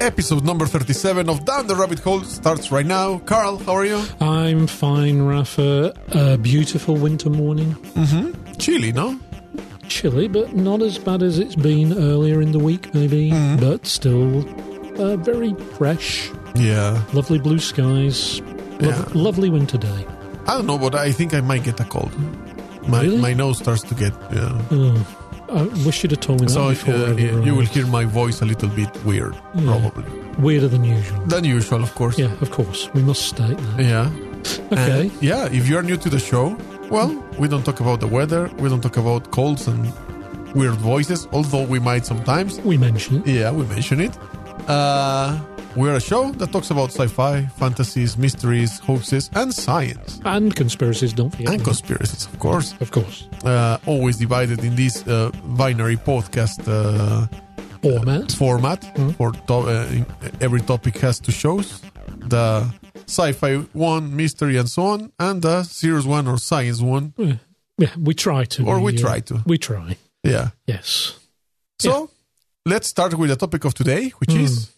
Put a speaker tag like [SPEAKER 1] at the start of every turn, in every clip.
[SPEAKER 1] Episode number 37 of Down the Rabbit Hole starts right now. Carl, how are you?
[SPEAKER 2] I'm fine, Rafa. A beautiful winter morning.
[SPEAKER 1] Chilly, no?
[SPEAKER 2] Chilly, but not as bad as it's been earlier in the week, maybe.
[SPEAKER 1] Mm-hmm.
[SPEAKER 2] But still uh, very fresh.
[SPEAKER 1] Yeah.
[SPEAKER 2] Lovely blue skies. Lo-
[SPEAKER 1] Yeah.
[SPEAKER 2] Lovely winter day.
[SPEAKER 1] I don't know, but I think I might get a cold. My,
[SPEAKER 2] Really?
[SPEAKER 1] my nose starts to get. Yeah.
[SPEAKER 2] I wish you'd have told me that
[SPEAKER 1] So
[SPEAKER 2] before.
[SPEAKER 1] uh,
[SPEAKER 2] everyone.
[SPEAKER 1] you will hear my voice a little bit weird, probably.
[SPEAKER 2] Weirder than usual.
[SPEAKER 1] Than usual, of course.
[SPEAKER 2] Yeah, of course. We must state that.
[SPEAKER 1] Yeah.
[SPEAKER 2] Okay.
[SPEAKER 1] And, yeah, if you are new to the show, well, we don't talk about the weather, we don't talk about colds and weird voices, although we might sometimes.
[SPEAKER 2] we mention it.
[SPEAKER 1] Yeah, we mention it. Uh, we're a show that talks about sci-fi, fantasies, mysteries, hoaxes, and science.
[SPEAKER 2] And conspiracies, don't forget.
[SPEAKER 1] And
[SPEAKER 2] them.
[SPEAKER 1] conspiracies, of course.
[SPEAKER 2] of course.
[SPEAKER 1] Uh, always divided in this uh, binary podcast uh,
[SPEAKER 2] Format.
[SPEAKER 1] format. For to- uh, in- every topic has two shows: the sci-fi one, mystery, and so on, and the serious one or science one.
[SPEAKER 2] yeah, we try to.
[SPEAKER 1] Or we
[SPEAKER 2] uh,
[SPEAKER 1] try to.
[SPEAKER 2] We try.
[SPEAKER 1] Yeah.
[SPEAKER 2] Yes.
[SPEAKER 1] So let's start with the topic of today, which is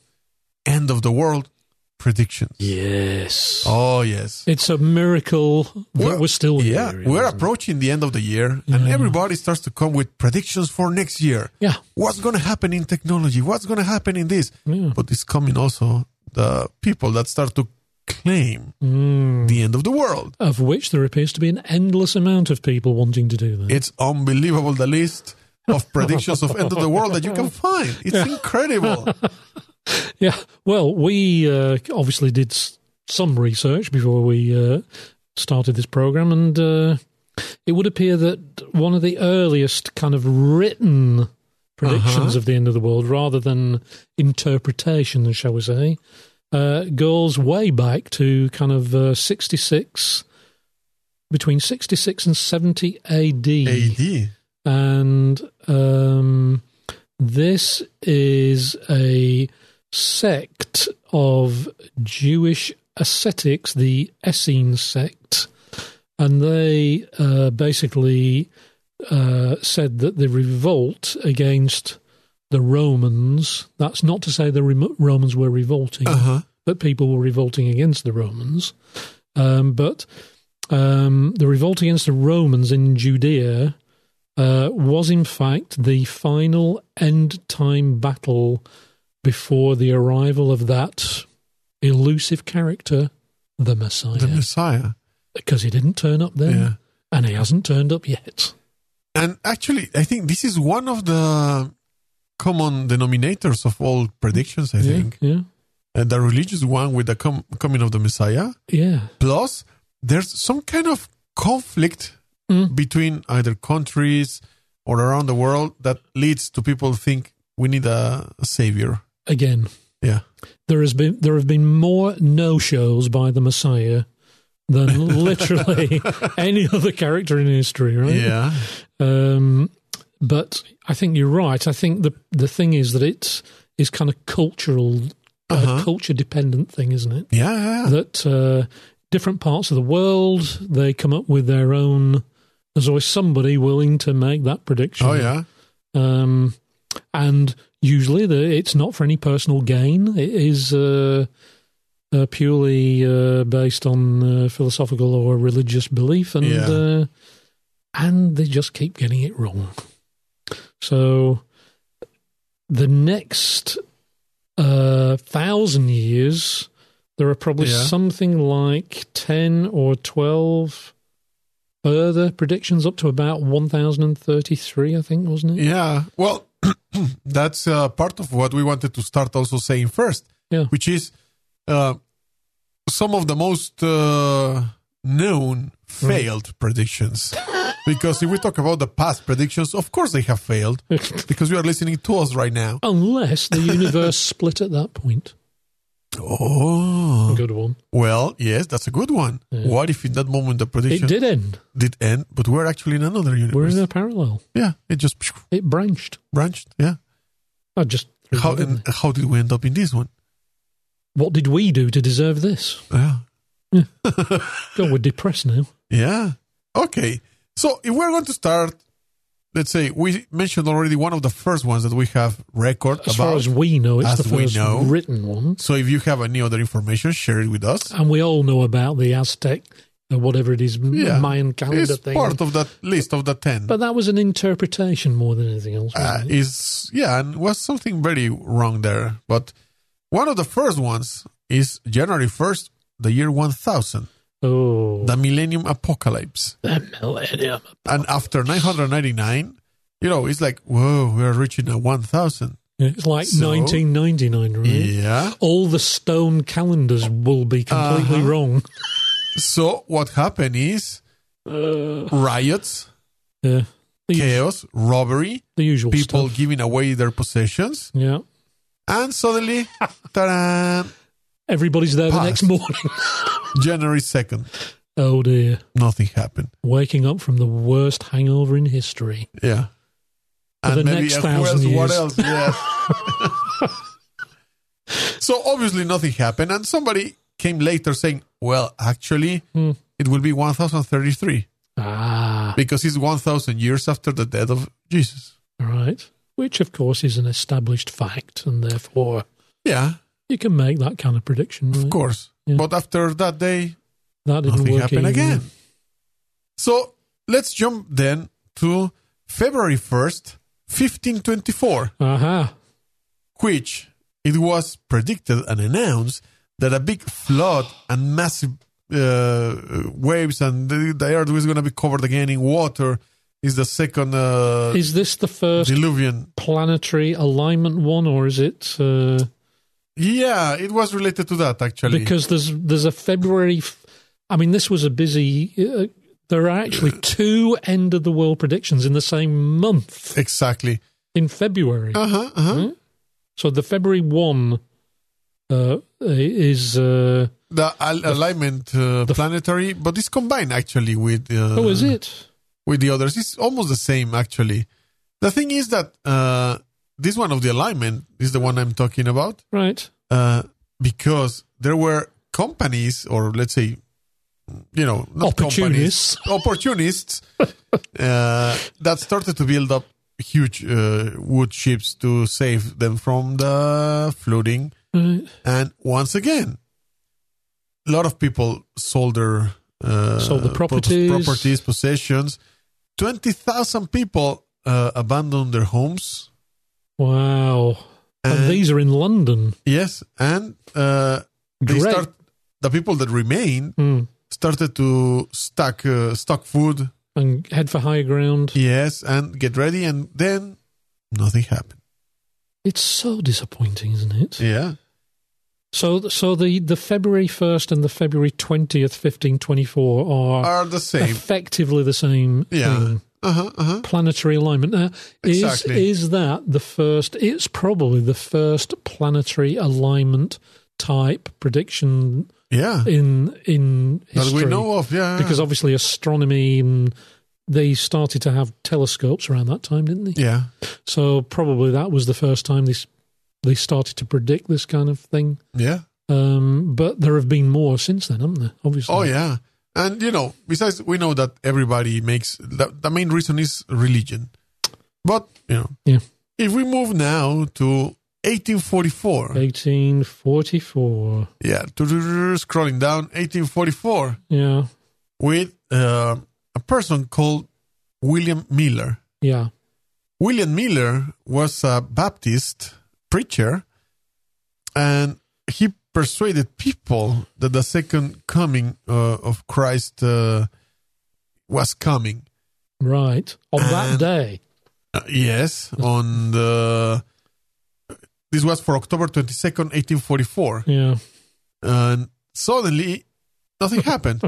[SPEAKER 1] end of the world predictions.
[SPEAKER 2] Yes.
[SPEAKER 1] Oh yes.
[SPEAKER 2] It's a miracle that we're, still
[SPEAKER 1] yeah
[SPEAKER 2] here.
[SPEAKER 1] we're approaching the end of the year and everybody starts to come with predictions for next year
[SPEAKER 2] Yeah.
[SPEAKER 1] what's going to happen in technology what's going to happen in this but it's coming also the people that start to claim
[SPEAKER 2] Mm.
[SPEAKER 1] the end of the world
[SPEAKER 2] Of which there appears to be an endless amount of people wanting to do that.
[SPEAKER 1] it's unbelievable the list of predictions of end of the world that you can find it's incredible
[SPEAKER 2] yeah. Well, we uh, obviously did s- some research before we uh, started this program, and uh, it would appear that one of the earliest kind of written predictions of the end of the world, rather than interpretations, shall we say, uh, goes way back to kind of uh, 66, between 66 and 70
[SPEAKER 1] ad
[SPEAKER 2] and um, this is a sect of Jewish ascetics, the Essene sect, and they uh, basically uh, said that the revolt against the Romans. That's not to say the remo Romans were revolting,
[SPEAKER 1] Uh-huh,
[SPEAKER 2] but people were revolting against the Romans. Um, but um, the revolt against the Romans in Judea uh, was in fact the final end time battle before the arrival of that elusive character, the
[SPEAKER 1] the
[SPEAKER 2] Messiah,
[SPEAKER 1] messiah
[SPEAKER 2] because he didn't turn up then,
[SPEAKER 1] Yeah.
[SPEAKER 2] and he hasn't turned up yet.
[SPEAKER 1] and actually i think this is one of the common denominators of all predictions i think
[SPEAKER 2] Yeah,
[SPEAKER 1] and the religious one with the com- coming of the Messiah.
[SPEAKER 2] yeah,
[SPEAKER 1] Plus, there's some kind of conflict between either countries or around the world that leads to people think we need a savior.
[SPEAKER 2] again.
[SPEAKER 1] Yeah,
[SPEAKER 2] there has been there have been more no shows by the Messiah than literally any other character in history, right?
[SPEAKER 1] yeah,
[SPEAKER 2] Um, but I think you're right. I think the the thing is that it is kind of cultural,
[SPEAKER 1] Uh-huh.
[SPEAKER 2] a culture dependent thing, isn't it?
[SPEAKER 1] yeah, yeah.
[SPEAKER 2] That uh, different parts of the world they come up with their own. There's always somebody willing to make that prediction.
[SPEAKER 1] Oh yeah,
[SPEAKER 2] Um, and usually the, it's not for any personal gain. It is uh, uh, purely uh, based on uh, philosophical or religious belief, and
[SPEAKER 1] Yeah.
[SPEAKER 2] uh, and they just keep getting it wrong. So the next uh, thousand years, there are probably
[SPEAKER 1] Yeah.
[SPEAKER 2] something like ten or twelve. Further predictions up to about 1033, I think, wasn't it?
[SPEAKER 1] yeah. Well, that's uh, part of what we wanted to start also saying first,
[SPEAKER 2] Yeah.
[SPEAKER 1] which is uh, some of the most uh, known failed predictions. Because if we talk about the past predictions, of course they have failed. because you are listening to us right now.
[SPEAKER 2] Unless the universe split at that point.
[SPEAKER 1] Oh.
[SPEAKER 2] Good one.
[SPEAKER 1] Well, yes, that's a good one. What if in that moment the prediction
[SPEAKER 2] It did end.
[SPEAKER 1] did end, but we're actually in another universe?
[SPEAKER 2] We're in a parallel.
[SPEAKER 1] yeah, it just
[SPEAKER 2] It branched.
[SPEAKER 1] branched. Yeah.
[SPEAKER 2] I just. threw
[SPEAKER 1] How
[SPEAKER 2] that in
[SPEAKER 1] and
[SPEAKER 2] there.
[SPEAKER 1] how did we end up in this one?
[SPEAKER 2] What did we do to deserve this?
[SPEAKER 1] Yeah.
[SPEAKER 2] God, we're depressed now.
[SPEAKER 1] Yeah. Okay. So if we're going to start, let's say we mentioned already one of the first ones that we have record about.
[SPEAKER 2] As far as we know, it's
[SPEAKER 1] as
[SPEAKER 2] the
[SPEAKER 1] we
[SPEAKER 2] first
[SPEAKER 1] know.
[SPEAKER 2] written one.
[SPEAKER 1] so if you have any other information, share it with us.
[SPEAKER 2] And we all know about the Aztec, uh, whatever it is, m-
[SPEAKER 1] Yeah.
[SPEAKER 2] Mayan calendar
[SPEAKER 1] It's
[SPEAKER 2] thing.
[SPEAKER 1] part of that list of the ten.
[SPEAKER 2] but that was an interpretation more than anything else.
[SPEAKER 1] uh,
[SPEAKER 2] wasn't it?
[SPEAKER 1] is yeah, and was something very wrong there. But one of the first ones is January first, the year one thousand,
[SPEAKER 2] oh,
[SPEAKER 1] the Millennium Apocalypse.
[SPEAKER 2] the millennium.
[SPEAKER 1] And after 999, you know, it's like, whoa, we're reaching a 1,000.
[SPEAKER 2] It's like
[SPEAKER 1] So-
[SPEAKER 2] 1999, right?
[SPEAKER 1] Yeah.
[SPEAKER 2] All the stone calendars will be completely
[SPEAKER 1] Uh-huh.
[SPEAKER 2] wrong.
[SPEAKER 1] So what happened is
[SPEAKER 2] Uh,
[SPEAKER 1] riots,
[SPEAKER 2] yeah, the, us-
[SPEAKER 1] chaos, robbery,
[SPEAKER 2] the usual
[SPEAKER 1] people
[SPEAKER 2] stuff.
[SPEAKER 1] giving away their possessions,
[SPEAKER 2] Yeah,
[SPEAKER 1] and suddenly, ta
[SPEAKER 2] everybody's there the
[SPEAKER 1] Past.
[SPEAKER 2] next morning.
[SPEAKER 1] January 2nd,
[SPEAKER 2] oh dear,
[SPEAKER 1] nothing happened.
[SPEAKER 2] waking up from the worst hangover in history.
[SPEAKER 1] Yeah.
[SPEAKER 2] For the next
[SPEAKER 1] uh, who
[SPEAKER 2] 1,000
[SPEAKER 1] else- what else?
[SPEAKER 2] years.
[SPEAKER 1] Yeah. so obviously nothing happened, and somebody came later saying, "Well, actually,
[SPEAKER 2] Hmm.
[SPEAKER 1] it will be 1033."
[SPEAKER 2] Ah,
[SPEAKER 1] because it's 1000 years after the death of jesus
[SPEAKER 2] right. Which, of course, is an established fact, and therefore
[SPEAKER 1] yeah
[SPEAKER 2] you can make that kind of prediction.
[SPEAKER 1] of
[SPEAKER 2] right?
[SPEAKER 1] course
[SPEAKER 2] Yeah.
[SPEAKER 1] but after that day
[SPEAKER 2] That didn't
[SPEAKER 1] nothing
[SPEAKER 2] work
[SPEAKER 1] happened
[SPEAKER 2] either.
[SPEAKER 1] again so let's jump then to february 1st 1524
[SPEAKER 2] Aha.
[SPEAKER 1] which it was predicted and announced that a big flood and massive uh, waves and the, the earth was going to be covered again in water is the second uh,
[SPEAKER 2] Is this the first
[SPEAKER 1] diluvian
[SPEAKER 2] planetary alignment one, or is it? Uh,
[SPEAKER 1] yeah it was related to that actually
[SPEAKER 2] because there's there's a February. f- I mean, this was a busy. Uh, there are actually two end of the world predictions in the same month
[SPEAKER 1] exactly
[SPEAKER 2] in February.
[SPEAKER 1] uh-huh uh-huh
[SPEAKER 2] So the February one uh, is uh,
[SPEAKER 1] the al- alignment uh,
[SPEAKER 2] the-
[SPEAKER 1] planetary, but it's combined actually with uh,
[SPEAKER 2] oh, is it?
[SPEAKER 1] with the others. It's almost the same actually. The thing is that uh, this one of the alignment is the one I'm talking about
[SPEAKER 2] Right.
[SPEAKER 1] uh, because there were companies or let's say you know not companies,
[SPEAKER 2] Opportunists.
[SPEAKER 1] opportunists uh, that started to build up huge uh, wood ships to save them from the flooding
[SPEAKER 2] Right.
[SPEAKER 1] and once again, a lot of people sold their uh,
[SPEAKER 2] Sold the
[SPEAKER 1] pos-
[SPEAKER 2] properties.
[SPEAKER 1] properties, possessions. Twenty thousand people uh, abandoned their homes.
[SPEAKER 2] Wow. And,
[SPEAKER 1] And-
[SPEAKER 2] these are in London.
[SPEAKER 1] Yes, and uh, they
[SPEAKER 2] Great.
[SPEAKER 1] start the people that remained
[SPEAKER 2] Hmm.
[SPEAKER 1] started to stock uh, stock food.
[SPEAKER 2] And head for higher ground.
[SPEAKER 1] Yes, and get ready, and then nothing happened.
[SPEAKER 2] It's so disappointing, isn't it?
[SPEAKER 1] Yeah,
[SPEAKER 2] So, so the, the February first and the February twentieth, fifteen twenty four, are
[SPEAKER 1] are the same.
[SPEAKER 2] Hmm. effectively the same
[SPEAKER 1] Yeah.
[SPEAKER 2] thing.
[SPEAKER 1] Uh huh. Uh huh.
[SPEAKER 2] Planetary alignment. Now, is
[SPEAKER 1] Exactly.
[SPEAKER 2] is that the first? It's probably the first planetary alignment type prediction
[SPEAKER 1] Yeah,
[SPEAKER 2] in in
[SPEAKER 1] that
[SPEAKER 2] history.
[SPEAKER 1] we know of. Yeah,
[SPEAKER 2] Because obviously astronomy, and they started to have telescopes around that time, didn't they?
[SPEAKER 1] yeah,
[SPEAKER 2] So probably that was the first time this they started to predict this kind of thing.
[SPEAKER 1] yeah.
[SPEAKER 2] Um, but there have been more since then, haven't there? Obviously.
[SPEAKER 1] Oh yeah, and you know, besides we know that everybody makes the, the main reason is religion, but you know,
[SPEAKER 2] Yeah.
[SPEAKER 1] if we move now to 1844,
[SPEAKER 2] 1844.
[SPEAKER 1] yeah, tu- tu- tu- scrolling down 1844
[SPEAKER 2] Yeah.
[SPEAKER 1] with uh, a person called William Miller.
[SPEAKER 2] Yeah.
[SPEAKER 1] William Miller was a Baptist preacher, and he persuaded people that the second coming uh, of Christ uh, was coming.
[SPEAKER 2] Right. On that
[SPEAKER 1] And-
[SPEAKER 2] day.
[SPEAKER 1] Uh, yes, on the. This was for October 22nd, 1844.
[SPEAKER 2] Yeah.
[SPEAKER 1] And suddenly, nothing happened.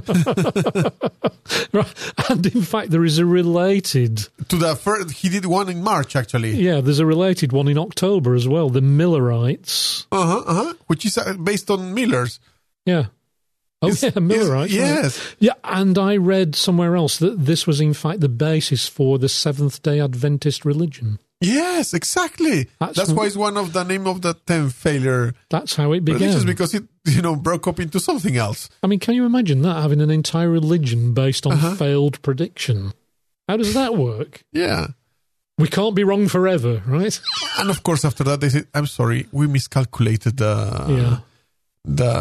[SPEAKER 2] Right. And in fact, there is a related.
[SPEAKER 1] to the first, he did one in March, actually.
[SPEAKER 2] Yeah, there's a related one in October as well. The Millerites.
[SPEAKER 1] Uh huh, uh huh. Which is uh, based on Miller's.
[SPEAKER 2] Yeah. Oh,
[SPEAKER 1] Is-
[SPEAKER 2] yeah,
[SPEAKER 1] is-
[SPEAKER 2] Millerites. right.
[SPEAKER 1] Yes.
[SPEAKER 2] Yeah, and I read somewhere else that this was in fact the basis for the Seventh day Adventist religion.
[SPEAKER 1] Yes, exactly.
[SPEAKER 2] That's
[SPEAKER 1] That's,
[SPEAKER 2] w-
[SPEAKER 1] why it's one of the name of the ten failure
[SPEAKER 2] That's how it began.
[SPEAKER 1] religions because it you know broke up into something else.
[SPEAKER 2] I mean, can you imagine that having
[SPEAKER 1] Uh-huh.
[SPEAKER 2] an entire religion based on failed prediction? How does that work?
[SPEAKER 1] Yeah,
[SPEAKER 2] We can't be wrong forever, right?
[SPEAKER 1] And of course, after that, they said, "I'm sorry, we miscalculated the
[SPEAKER 2] yeah.
[SPEAKER 1] the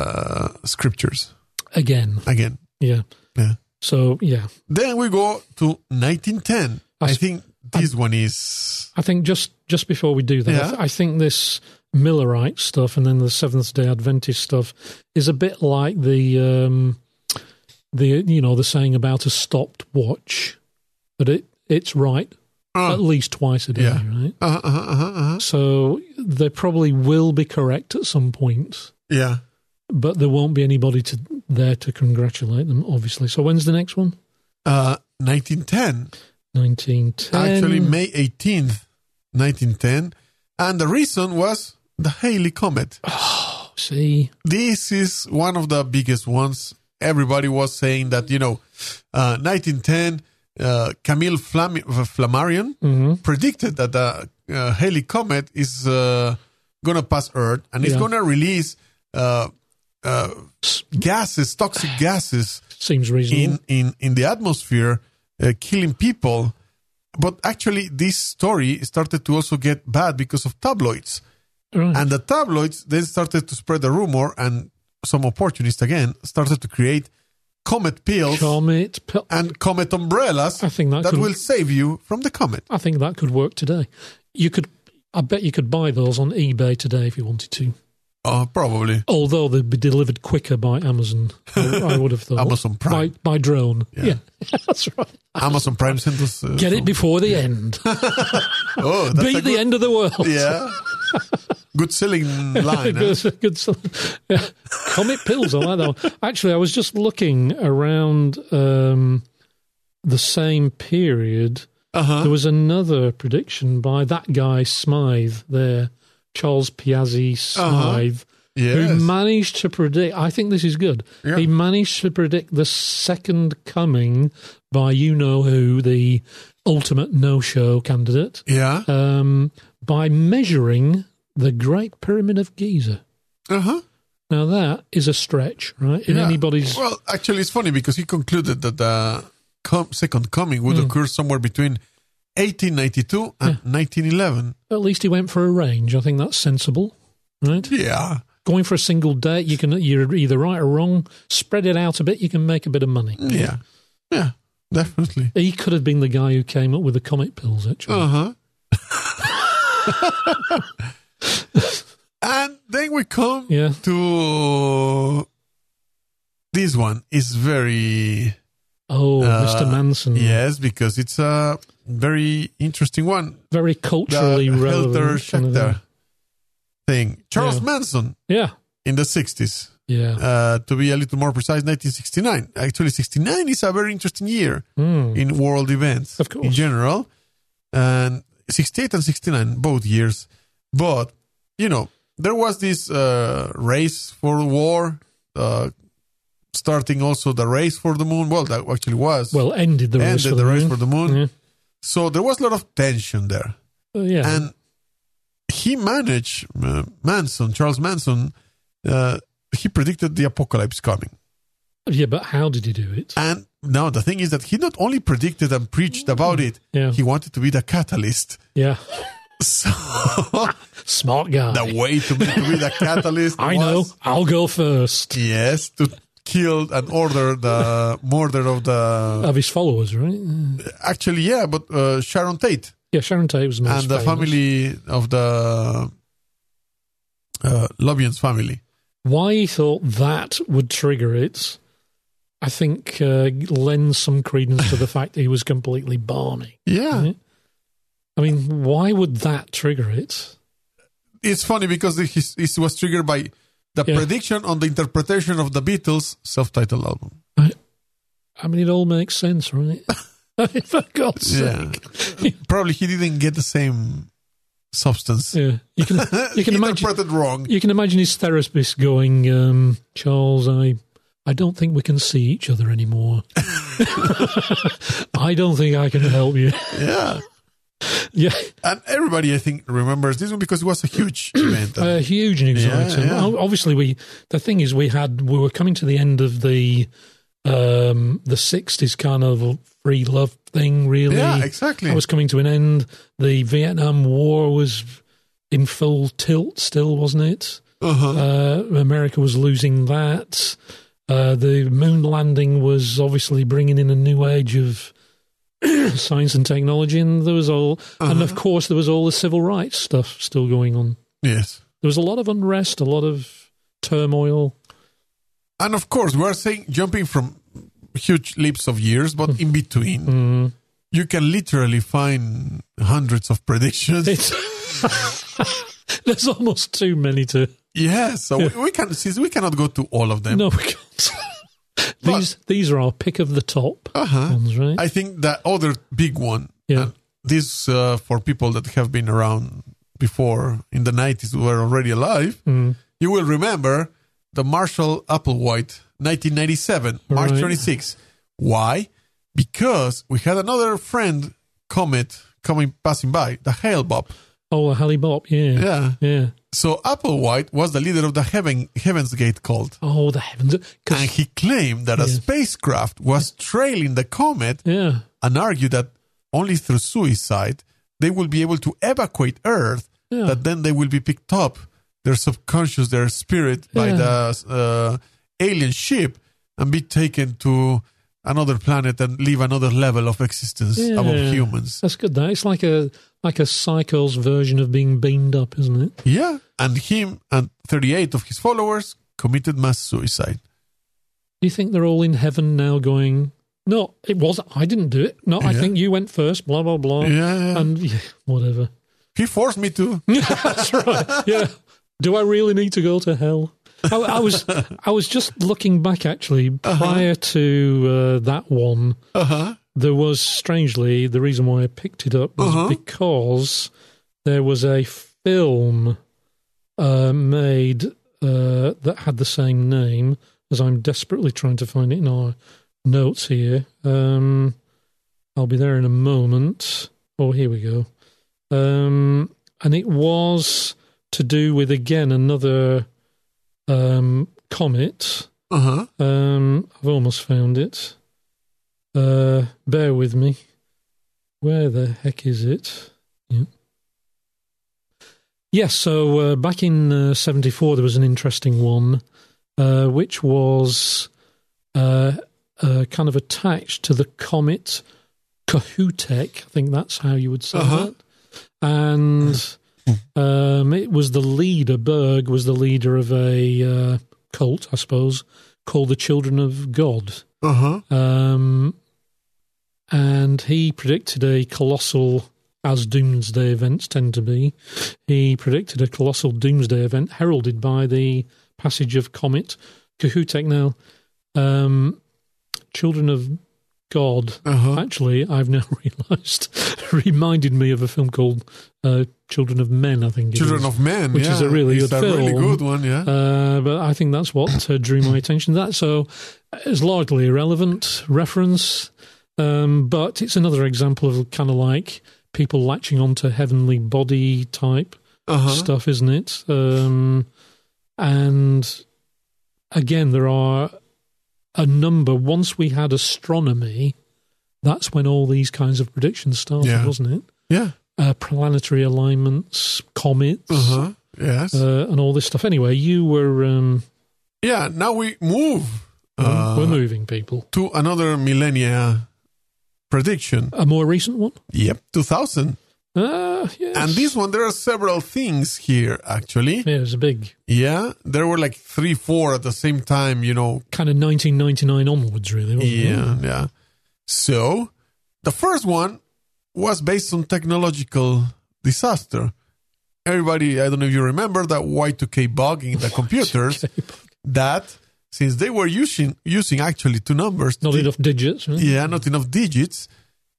[SPEAKER 1] scriptures
[SPEAKER 2] Again.
[SPEAKER 1] again."
[SPEAKER 2] Yeah.
[SPEAKER 1] Yeah.
[SPEAKER 2] So, yeah.
[SPEAKER 1] Then we go to 1910.
[SPEAKER 2] I
[SPEAKER 1] I
[SPEAKER 2] s-
[SPEAKER 1] think this one is
[SPEAKER 2] I think just just before we do that, I,
[SPEAKER 1] Yeah.
[SPEAKER 2] th- I think this Millerite stuff and then the Seventh Day Adventist stuff is a bit like the um, the you know the saying about a stopped watch that it it's right
[SPEAKER 1] Ah.
[SPEAKER 2] at least twice a day,
[SPEAKER 1] Yeah.
[SPEAKER 2] right?
[SPEAKER 1] uh-huh, uh-huh, uh-huh, uh-huh.
[SPEAKER 2] So they probably will be correct at some point,
[SPEAKER 1] yeah.
[SPEAKER 2] but there won't be anybody to there to congratulate them, obviously. So when's the next one?
[SPEAKER 1] Uh, 1910,
[SPEAKER 2] Nineteen ten.
[SPEAKER 1] actually May 18th, 1910, and the reason was the Halley comet.
[SPEAKER 2] see,
[SPEAKER 1] This is one of the biggest ones. Everybody was saying that you know, uh, 1910, uh, Camille Flam- Flammarion
[SPEAKER 2] hmm
[SPEAKER 1] predicted that the uh, Halley comet is uh, gonna pass Earth and it's
[SPEAKER 2] Yeah.
[SPEAKER 1] gonna release uh, uh, gases, toxic gases
[SPEAKER 2] seems
[SPEAKER 1] in
[SPEAKER 2] reasonable.
[SPEAKER 1] in in the atmosphere, uh, killing people. But actually, this story started to also get bad because of tabloids,
[SPEAKER 2] right.
[SPEAKER 1] and the tabloids then started to spread the rumor, and some opportunists again started to create comet pills
[SPEAKER 2] Comet. Pe-
[SPEAKER 1] and comet umbrellas
[SPEAKER 2] I think that,
[SPEAKER 1] Uh, that
[SPEAKER 2] could,
[SPEAKER 1] will save you from the comet.
[SPEAKER 2] I think that could work today. You could. I bet you could buy those on eBay today if you wanted to.
[SPEAKER 1] Oh, probably.
[SPEAKER 2] Although they'd be delivered quicker by Amazon, I would have thought.
[SPEAKER 1] Amazon Prime.
[SPEAKER 2] By, by drone. Yeah.
[SPEAKER 1] Yeah.
[SPEAKER 2] that's right.
[SPEAKER 1] Amazon Prime sent us. uh,
[SPEAKER 2] Get it before the end.
[SPEAKER 1] Oh, that's a
[SPEAKER 2] Beat the
[SPEAKER 1] good,
[SPEAKER 2] end of the world.
[SPEAKER 1] Yeah. Good selling line. huh?
[SPEAKER 2] good, good song. Yeah. Comet pills, I like that one. Actually, I was just looking around um, the same period.
[SPEAKER 1] Uh-huh.
[SPEAKER 2] There was another prediction by that guy Smythe there, Charles Piazzi Smythe,
[SPEAKER 1] Uh-huh. Yes.
[SPEAKER 2] who managed to predict. I think this is good.
[SPEAKER 1] Yeah.
[SPEAKER 2] He managed to predict the second coming by you know who, the ultimate no-show candidate,
[SPEAKER 1] yeah.
[SPEAKER 2] um, by measuring the Great Pyramid of Giza.
[SPEAKER 1] Uh huh.
[SPEAKER 2] Now that is a stretch, right? In
[SPEAKER 1] Yeah.
[SPEAKER 2] anybody's
[SPEAKER 1] Well, actually, it's funny because he concluded that the com- second coming
[SPEAKER 2] Hmm.
[SPEAKER 1] would occur somewhere between 1892 and 1911.
[SPEAKER 2] at least he went for a range. I think that's sensible, right?
[SPEAKER 1] Yeah.
[SPEAKER 2] Going for a single date, you can you're either right or wrong. Spread it out a bit, you can make a bit of money.
[SPEAKER 1] Yeah. Yeah. Definitely.
[SPEAKER 2] He could have been the guy who came up with the comet pills, actually.
[SPEAKER 1] Uh huh. and then we come
[SPEAKER 2] Yeah.
[SPEAKER 1] to this one. is very
[SPEAKER 2] Oh,
[SPEAKER 1] Uh,
[SPEAKER 2] Mr. Manson.
[SPEAKER 1] yes because it's a very interesting one.
[SPEAKER 2] Very
[SPEAKER 1] The
[SPEAKER 2] culturally
[SPEAKER 1] Helter
[SPEAKER 2] relevant. kind of thing.
[SPEAKER 1] Skelter thing. Charles
[SPEAKER 2] Yeah.
[SPEAKER 1] Manson
[SPEAKER 2] yeah.
[SPEAKER 1] in the 60s.
[SPEAKER 2] Yeah.
[SPEAKER 1] uh, to be a little more precise, 1969. Actually, 69 is a very interesting year
[SPEAKER 2] Hmm.
[SPEAKER 1] in world events
[SPEAKER 2] Of course.
[SPEAKER 1] in general, and 68 and 69 both years. But you know, there was this uh, race for war, uh, starting also the race for the moon. Well, that actually was
[SPEAKER 2] Well, ended the race
[SPEAKER 1] ended
[SPEAKER 2] for
[SPEAKER 1] the
[SPEAKER 2] the
[SPEAKER 1] race
[SPEAKER 2] moon.
[SPEAKER 1] for the moon.
[SPEAKER 2] Yeah.
[SPEAKER 1] So there was a lot of tension there
[SPEAKER 2] Uh, yeah.
[SPEAKER 1] and he managed uh, Manson, Charles Manson. Uh, he predicted the apocalypse coming,
[SPEAKER 2] yeah, but how did he do it?
[SPEAKER 1] and now the thing is that he not only predicted and preached about it,
[SPEAKER 2] Yeah.
[SPEAKER 1] he wanted to be the catalyst.
[SPEAKER 2] Yeah.
[SPEAKER 1] So
[SPEAKER 2] Smart guy.
[SPEAKER 1] the way to be, to be the catalyst,
[SPEAKER 2] I know.
[SPEAKER 1] was,
[SPEAKER 2] I'll go first.
[SPEAKER 1] yes, to kill and order the murder of the.
[SPEAKER 2] Of his followers, right? Yeah.
[SPEAKER 1] Actually, yeah, but uh, Sharon Tate
[SPEAKER 2] Yeah, Sharon Tate was most
[SPEAKER 1] and the
[SPEAKER 2] famous.
[SPEAKER 1] family of the uh, Lovian's family.
[SPEAKER 2] Why he thought that would trigger it, I think, uh, lends some credence to the fact that he was completely Barney.
[SPEAKER 1] Yeah.
[SPEAKER 2] Right? I mean, why would that trigger it?
[SPEAKER 1] it's funny because it, is- it was triggered by the
[SPEAKER 2] Yeah.
[SPEAKER 1] prediction on the interpretation of the Beatles' self-titled album.
[SPEAKER 2] I mean, it all makes sense, right? For God's sake.
[SPEAKER 1] Yeah, probably he didn't get the same substance.
[SPEAKER 2] Yeah. You can, you can
[SPEAKER 1] he
[SPEAKER 2] imagine.
[SPEAKER 1] interpreted wrong.
[SPEAKER 2] You can imagine his therapist going, um, Charles, I, I don't think we can see each other anymore. I don't think I can help you.
[SPEAKER 1] Yeah,
[SPEAKER 2] yeah,
[SPEAKER 1] and everybody I think remembers this one because it was a huge event.
[SPEAKER 2] uh, huge news
[SPEAKER 1] Yeah,
[SPEAKER 2] item.
[SPEAKER 1] yeah.
[SPEAKER 2] O- Obviously, we the thing is we had we were coming to the end of the Um, the sixth is kind of a free love thing, really.
[SPEAKER 1] Yeah, exactly.
[SPEAKER 2] That was coming to an end. The Vietnam War was in full tilt still, wasn't it?
[SPEAKER 1] Uh-huh.
[SPEAKER 2] Uh, America was losing that. Uh, the moon landing was obviously bringing in a new age of science and technology, and there was all, and
[SPEAKER 1] Uh-huh.
[SPEAKER 2] of course, there was all the civil rights stuff still going on.
[SPEAKER 1] Yes.
[SPEAKER 2] There was a lot of unrest, a lot of turmoil.
[SPEAKER 1] And of course, we're saying jumping from huge leaps of years, but in between,
[SPEAKER 2] Mm.
[SPEAKER 1] you can literally find hundreds of predictions.
[SPEAKER 2] It's there's almost too many to.
[SPEAKER 1] yes. So we, we can since we cannot go to all of them.
[SPEAKER 2] No, we can't. these these are our pick of the top
[SPEAKER 1] Uh-huh.
[SPEAKER 2] ones, right?
[SPEAKER 1] I think the other big one.
[SPEAKER 2] Yeah.
[SPEAKER 1] and This uh, for people that have been around before in the nineties were already alive.
[SPEAKER 2] Mm-hmm.
[SPEAKER 1] You will remember the Marshall Applewhite, nineteen ninety seven, March
[SPEAKER 2] Right.
[SPEAKER 1] twenty six. Why? Because we had another friend comet coming passing by, the Hale Bob.
[SPEAKER 2] oh, a Halle Bop, yeah,
[SPEAKER 1] Yeah.
[SPEAKER 2] yeah.
[SPEAKER 1] So Applewhite was the leader of the Heaven Heaven's Gate cult.
[SPEAKER 2] Oh, the heavens! 'cause-
[SPEAKER 1] And he claimed that a
[SPEAKER 2] Yeah.
[SPEAKER 1] spacecraft was trailing the comet
[SPEAKER 2] yeah,
[SPEAKER 1] and argue that only through suicide they will be able to evacuate Earth,
[SPEAKER 2] Yeah.
[SPEAKER 1] that then they will be picked up, their subconscious, their spirit, by
[SPEAKER 2] Yeah.
[SPEAKER 1] the uh, alien ship and be taken to another planet and live another level of existence above
[SPEAKER 2] Yeah.
[SPEAKER 1] humans.
[SPEAKER 2] that's good. That it's like a like a Psycho's version of being beamed up, isn't it?
[SPEAKER 1] Yeah. And him and 38 of his followers committed mass suicide.
[SPEAKER 2] Do you think they're all in heaven now, going? No, it was. I didn't do it. No, I
[SPEAKER 1] Yeah.
[SPEAKER 2] think you went first. Blah blah blah.
[SPEAKER 1] Yeah.
[SPEAKER 2] And yeah, whatever.
[SPEAKER 1] He forced me to.
[SPEAKER 2] That's right. Yeah. Do I really need to go to hell? I, I was I was just looking back actually
[SPEAKER 1] Uh-huh.
[SPEAKER 2] prior to uh, that one.
[SPEAKER 1] Uh huh.
[SPEAKER 2] There was strangely the reason why I picked it up was
[SPEAKER 1] Uh-huh.
[SPEAKER 2] because there was a film uh, made uh, that had the same name. As I'm desperately trying to find it in our notes here. Um, I'll be there in a moment. Oh, here we go. Um, and it was to do with again another um, comet.
[SPEAKER 1] Uh huh.
[SPEAKER 2] Um, I've almost found it. Uh, bear with me. Where the heck is it? Yeah. Yes, so uh, back in uh, 74, there was an interesting one, uh, which was uh, uh, kind of attached to the comet Kahutek. I think that's how you would say
[SPEAKER 1] Uh-huh.
[SPEAKER 2] that. And um, it was the leader, Berg was the leader of a uh, cult, I suppose, called the Children of God.
[SPEAKER 1] Uh huh.
[SPEAKER 2] Um, and he predicted a colossal, as doomsday events tend to be, he predicted a colossal doomsday event heralded by the passage of comet Kahutek. Now, um, Children of God,
[SPEAKER 1] Uh huh.
[SPEAKER 2] actually, I've now realised, reminded me of a film called uh, Children of Men, I think. it
[SPEAKER 1] Children
[SPEAKER 2] is.
[SPEAKER 1] of Men.
[SPEAKER 2] Which
[SPEAKER 1] yeah.
[SPEAKER 2] is a really
[SPEAKER 1] it's
[SPEAKER 2] good
[SPEAKER 1] a really
[SPEAKER 2] film.
[SPEAKER 1] good one. Yeah.
[SPEAKER 2] Uh, but I think that's what uh, drew my attention. to That so it's largely irrelevant reference, um, but it's another example of kind of like people latching onto heavenly body type
[SPEAKER 1] Uh-huh.
[SPEAKER 2] stuff, isn't it? Um, and again, there are a number. Once we had astronomy, that's when all these kinds of predictions started,
[SPEAKER 1] Yeah.
[SPEAKER 2] wasn't it?
[SPEAKER 1] Yeah.
[SPEAKER 2] Uh, planetary alignments, comets.
[SPEAKER 1] Uh huh. Yes.
[SPEAKER 2] Uh, and all this stuff. Anyway, you were um,
[SPEAKER 1] yeah. Now we move uh,
[SPEAKER 2] we're moving people.
[SPEAKER 1] to another millennia prediction.
[SPEAKER 2] A more recent one?
[SPEAKER 1] Yep, 2000.
[SPEAKER 2] Ah, yes.
[SPEAKER 1] And this one, there are several things here. Actually,
[SPEAKER 2] Yeah, it was a big
[SPEAKER 1] yeah, there were like three, four at the same time. You know.
[SPEAKER 2] kind of 1999 onwards, really. Wasn't
[SPEAKER 1] Yeah. Yeah. So, the first one was based on technological disaster. Everybody, I don't know if you remember that Y2K bug in the computers.
[SPEAKER 2] it?
[SPEAKER 1] that since they were using using actually two numbers,
[SPEAKER 2] Not
[SPEAKER 1] di-
[SPEAKER 2] enough digits. Right?
[SPEAKER 1] yeah, not enough digits.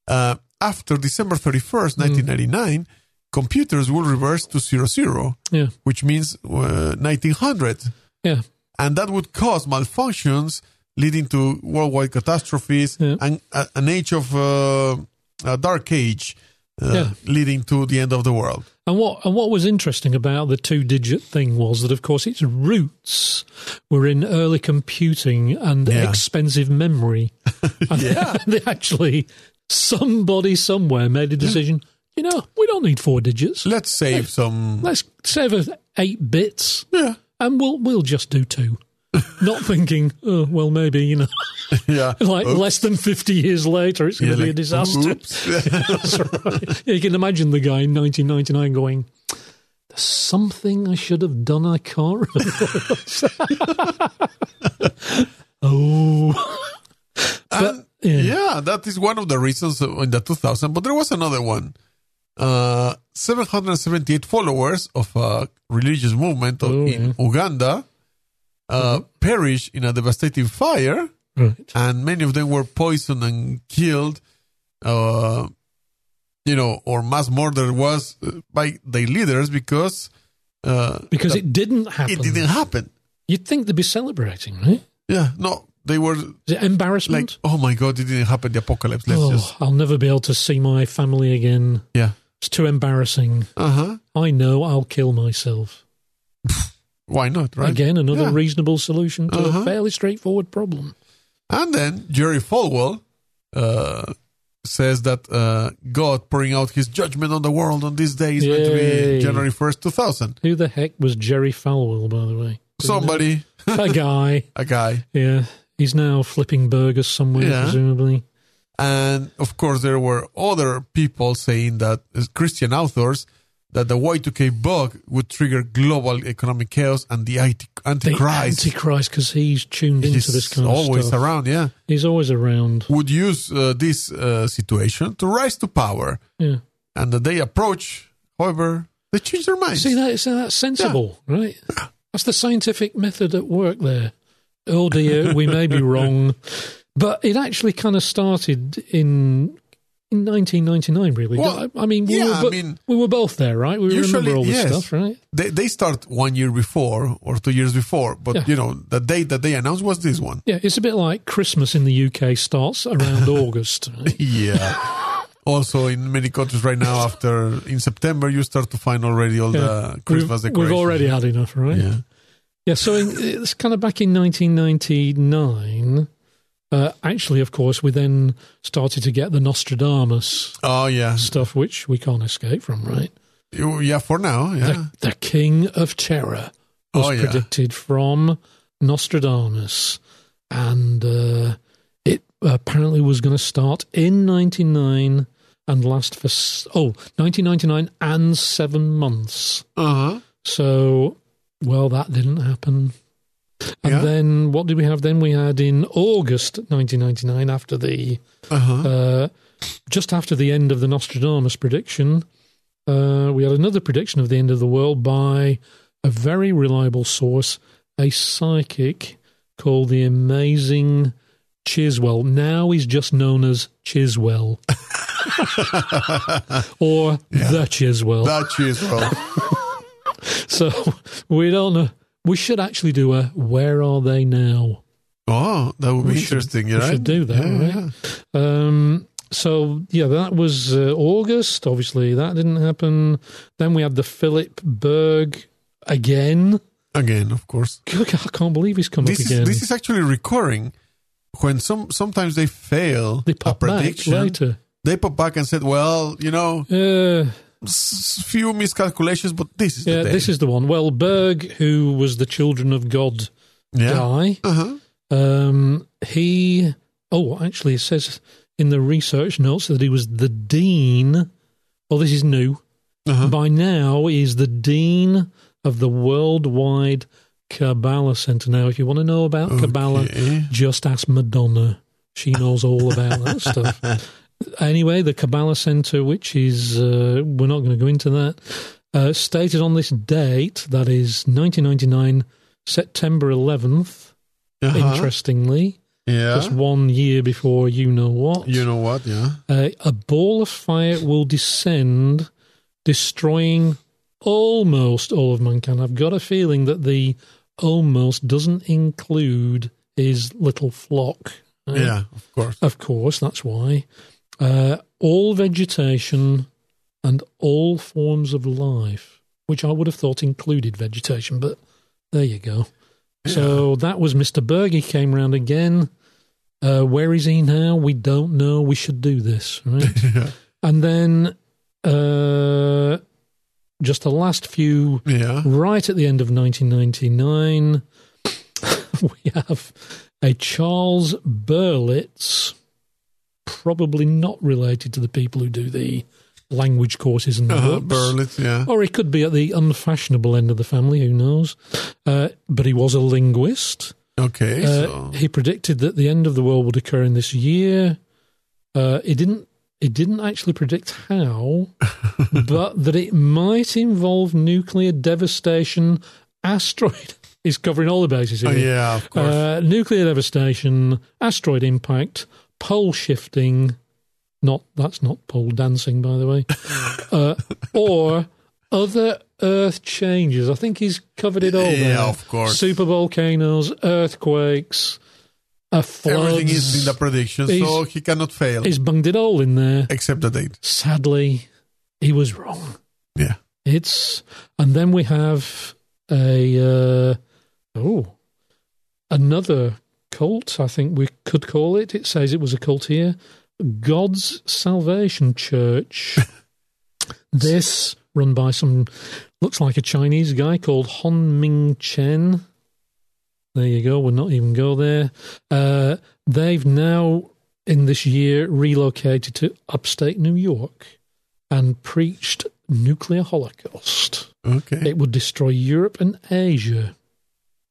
[SPEAKER 1] Uh, after December thirty first,
[SPEAKER 2] Mm.
[SPEAKER 1] nineteen ninety nine, computers will reverse to zero zero,
[SPEAKER 2] Yeah.
[SPEAKER 1] which means uh, nineteen hundred,
[SPEAKER 2] Yeah.
[SPEAKER 1] and that would cause malfunctions leading to worldwide catastrophes
[SPEAKER 2] Yeah.
[SPEAKER 1] and uh, an age of uh, a dark age. uh,
[SPEAKER 2] Yeah.
[SPEAKER 1] leading to the end of the world.
[SPEAKER 2] And what and what was interesting about the two digit thing was that of course its roots were in early computing and
[SPEAKER 1] Yeah.
[SPEAKER 2] expensive memory. And
[SPEAKER 1] Yeah.
[SPEAKER 2] they actually somebody somewhere made a decision, you know, we don't need four digits.
[SPEAKER 1] Let's save some.
[SPEAKER 2] Let's save us eight bits
[SPEAKER 1] Yeah,
[SPEAKER 2] and we'll we'll just do two. Not thinking, oh, well maybe, you know,
[SPEAKER 1] yeah.
[SPEAKER 2] like
[SPEAKER 1] Oops.
[SPEAKER 2] less than 50 years later it's going
[SPEAKER 1] Yeah,
[SPEAKER 2] to be a
[SPEAKER 1] like,
[SPEAKER 2] disaster.
[SPEAKER 1] oops. Yeah.
[SPEAKER 2] That's right. Yeah, you can imagine the guy in 1999 going, "There's something I should have done. I can't remember." oh,
[SPEAKER 1] And,
[SPEAKER 2] yeah.
[SPEAKER 1] yeah, that is one of the reasons in the 2000. But there was another one. Uh, 778 followers of a religious movement
[SPEAKER 2] Oh, Mm-hmm.
[SPEAKER 1] in Uganda uh, perished in a devastating fire.
[SPEAKER 2] right.
[SPEAKER 1] and many of them were poisoned and killed, uh, you know, or mass murder was uh, by their leaders because uh,
[SPEAKER 2] Because it didn't happen.
[SPEAKER 1] it didn't happen.
[SPEAKER 2] You'd think they'd be celebrating, right?
[SPEAKER 1] Yeah, no, they were
[SPEAKER 2] Is it
[SPEAKER 1] like,
[SPEAKER 2] embarrassment?
[SPEAKER 1] oh my god, it didn't happen. The apocalypse. Let's
[SPEAKER 2] oh,
[SPEAKER 1] just,
[SPEAKER 2] I'll never be able to see my family again.
[SPEAKER 1] yeah,
[SPEAKER 2] It's too embarrassing.
[SPEAKER 1] uh huh.
[SPEAKER 2] I know I'll kill myself.
[SPEAKER 1] Why not, right?
[SPEAKER 2] Again, another
[SPEAKER 1] Yeah.
[SPEAKER 2] reasonable solution to
[SPEAKER 1] Uh-huh.
[SPEAKER 2] a fairly straightforward problem.
[SPEAKER 1] And then Jerry Falwell uh, says that uh, God pouring out His judgment on the world on this day is going to be
[SPEAKER 2] Yay.
[SPEAKER 1] January first, two thousand.
[SPEAKER 2] Who the heck was Jerry Falwell, by the way?
[SPEAKER 1] Somebody,
[SPEAKER 2] a guy.
[SPEAKER 1] a guy.
[SPEAKER 2] Yeah, he's now flipping burgers somewhere,
[SPEAKER 1] Yeah.
[SPEAKER 2] presumably.
[SPEAKER 1] And of course, there were other people saying that as Christian authors that the Y2K bug would trigger global economic chaos and the anti-
[SPEAKER 2] The
[SPEAKER 1] Antichrist.
[SPEAKER 2] Antichrist, because he's tuned
[SPEAKER 1] is
[SPEAKER 2] into this kind of
[SPEAKER 1] always
[SPEAKER 2] stuff.
[SPEAKER 1] around, yeah.
[SPEAKER 2] He's always around.
[SPEAKER 1] Would use uh, this uh, situation to rise to power,
[SPEAKER 2] Yeah.
[SPEAKER 1] and the day approach. However, they changed their minds.
[SPEAKER 2] See that? So that's sensible, right? That's the scientific method at work there. Oh dear, we may be wrong, but it actually kind of started in. In 1999, really.
[SPEAKER 1] Well,
[SPEAKER 2] I I mean, we,
[SPEAKER 1] yeah, I
[SPEAKER 2] were bo-
[SPEAKER 1] mean-
[SPEAKER 2] we were both there, right? We
[SPEAKER 1] Usually,
[SPEAKER 2] remember all this
[SPEAKER 1] yes.
[SPEAKER 2] stuff, right?
[SPEAKER 1] They, they start one year before or two years before, but
[SPEAKER 2] Yeah.
[SPEAKER 1] you know the date that they announced was this one.
[SPEAKER 2] Yeah, it's a bit like Christmas in the UK starts around August. right?
[SPEAKER 1] Yeah. also, in many countries right now, after in September, you start to find already all the Uh, Christmas
[SPEAKER 2] we've,
[SPEAKER 1] decorations.
[SPEAKER 2] we've already had enough, right?
[SPEAKER 1] Yeah.
[SPEAKER 2] Yeah, so in, it's kind of back in 1999. Uh, actually, of course, we then started to get the Nostradamus
[SPEAKER 1] Oh yeah.
[SPEAKER 2] stuff, which we can't escape from, right?
[SPEAKER 1] You- Yeah. For now. Yeah.
[SPEAKER 2] The, the King of Terror was
[SPEAKER 1] Oh, yeah.
[SPEAKER 2] predicted from Nostradamus, and uh, it apparently was going to start in 99 and last for s- oh 1999 and seven months.
[SPEAKER 1] Uh huh.
[SPEAKER 2] So, well, that didn't happen. And
[SPEAKER 1] Yeah.
[SPEAKER 2] then what did we have? Then we had in August 1999, after the
[SPEAKER 1] Uh huh.
[SPEAKER 2] uh, just after the end of the Nostradamus prediction, uh, we had another prediction of the end of the world by a very reliable source, a psychic called the amazing Chiswell. Now he's just known as Chiswell, or the Chiswell.
[SPEAKER 1] That is well.
[SPEAKER 2] So we don't know. We should actually do a "Where are they now?"
[SPEAKER 1] Oh, that would be
[SPEAKER 2] We should-
[SPEAKER 1] interesting.
[SPEAKER 2] we
[SPEAKER 1] right?
[SPEAKER 2] should do that,
[SPEAKER 1] Yeah,
[SPEAKER 2] right?
[SPEAKER 1] yeah.
[SPEAKER 2] Um, so yeah, that was uh, August. Obviously, that didn't happen. Then we had the Philip Berg again.
[SPEAKER 1] Again, of course.
[SPEAKER 2] I can't believe he's come
[SPEAKER 1] This
[SPEAKER 2] up
[SPEAKER 1] is
[SPEAKER 2] again.
[SPEAKER 1] this is actually recurring. When some sometimes they fail
[SPEAKER 2] they
[SPEAKER 1] a
[SPEAKER 2] pop back
[SPEAKER 1] prediction,
[SPEAKER 2] later.
[SPEAKER 1] they pop back and said, "Well, you know,
[SPEAKER 2] Uh,
[SPEAKER 1] s- few miscalculations, but this is
[SPEAKER 2] yeah,
[SPEAKER 1] the day."
[SPEAKER 2] this is the one. Well, Berg, who was the Children of God
[SPEAKER 1] yeah.
[SPEAKER 2] guy,
[SPEAKER 1] Uh huh.
[SPEAKER 2] um, he oh, actually, it says in the research notes that he was the dean. Oh, this is new.
[SPEAKER 1] Uh-huh.
[SPEAKER 2] by now is the dean of the worldwide Kabbalah Center. Now, if you want to know about Kabbalah,
[SPEAKER 1] Okay.
[SPEAKER 2] just ask Madonna. She knows all about that stuff. Anyway, the Kabbalah Center, which is, uh, we're not going to go into that, uh, stated on this date, that is 1999, September 11th,
[SPEAKER 1] Uh-huh.
[SPEAKER 2] interestingly, just
[SPEAKER 1] Yeah.
[SPEAKER 2] one year before you know what.
[SPEAKER 1] You know what? Yeah.
[SPEAKER 2] Uh, a ball of fire will descend, destroying almost all of mankind. I've got a feeling that the almost doesn't include his little flock. Uh,
[SPEAKER 1] Yeah. Of course.
[SPEAKER 2] Of course, that's why. Uh, all vegetation, and all forms of life, which I would have thought included vegetation, but there you go. So that was Mr. Berg. He came round again. Uh, where is he now? We don't know. We should do this, right?
[SPEAKER 1] yeah.
[SPEAKER 2] and then uh, just the last few
[SPEAKER 1] Yeah.
[SPEAKER 2] right at the end of 1999, we have a Charles Berlitz, probably not related to the people who do the language courses and the
[SPEAKER 1] Uh-huh.
[SPEAKER 2] books.
[SPEAKER 1] Berlitz, yeah.
[SPEAKER 2] Or he could be at the unfashionable end of the family, who knows? Uh, but he was a linguist.
[SPEAKER 1] Okay.
[SPEAKER 2] Uh,
[SPEAKER 1] so.
[SPEAKER 2] He predicted that the end of the world would occur in this year. Uh, he didn't. He didn't actually predict how, but that it might involve nuclear devastation. Asteroid. He's covering all the bases here.
[SPEAKER 1] Oh, yeah, of course.
[SPEAKER 2] Uh, nuclear devastation, asteroid impact, pole shifting. Not that's not pole dancing, by the way. Uh, or other Earth changes. I think he's covered it Uh, all.
[SPEAKER 1] yeah,
[SPEAKER 2] there.
[SPEAKER 1] of course.
[SPEAKER 2] Super volcanoes, earthquakes, a floods.
[SPEAKER 1] Everything is in the prediction, so
[SPEAKER 2] He's-
[SPEAKER 1] he cannot fail.
[SPEAKER 2] He's bunged it all in there.
[SPEAKER 1] Except the date.
[SPEAKER 2] Sadly, he was wrong.
[SPEAKER 1] Yeah.
[SPEAKER 2] It's and then we have a uh, oh another cult. I think we could call it. It says it was a cult here. God's Salvation Church. this run by some looks like a Chinese guy called Hon Ming Chen. There you go. We'll not even go there. Uh, they've now in this year relocated to upstate New York and preached nuclear holocaust.
[SPEAKER 1] Okay.
[SPEAKER 2] It would destroy Europe and Asia,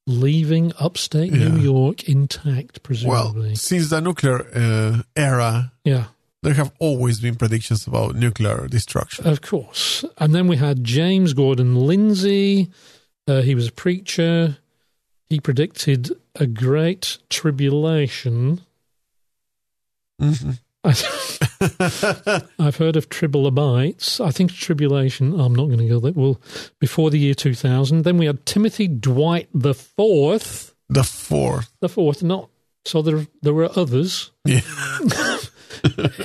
[SPEAKER 2] leaving upstate
[SPEAKER 1] Yeah.
[SPEAKER 2] New York intact,
[SPEAKER 1] Well,
[SPEAKER 2] presumably.
[SPEAKER 1] since the nuclear uh, era,
[SPEAKER 2] yeah,
[SPEAKER 1] there have always been predictions about nuclear destruction.
[SPEAKER 2] of course. And then we had James Gordon Lindsay. Uh, he was a preacher. He predicted a great tribulation.
[SPEAKER 1] Mhm.
[SPEAKER 2] I've heard of tribilabites. I think tribulation. I'm not going to go there. Well, before the year 2000. Then we had Timothy Dwight the Fourth.
[SPEAKER 1] the fourth.
[SPEAKER 2] The fourth, not so. There, there were others.
[SPEAKER 1] Yeah.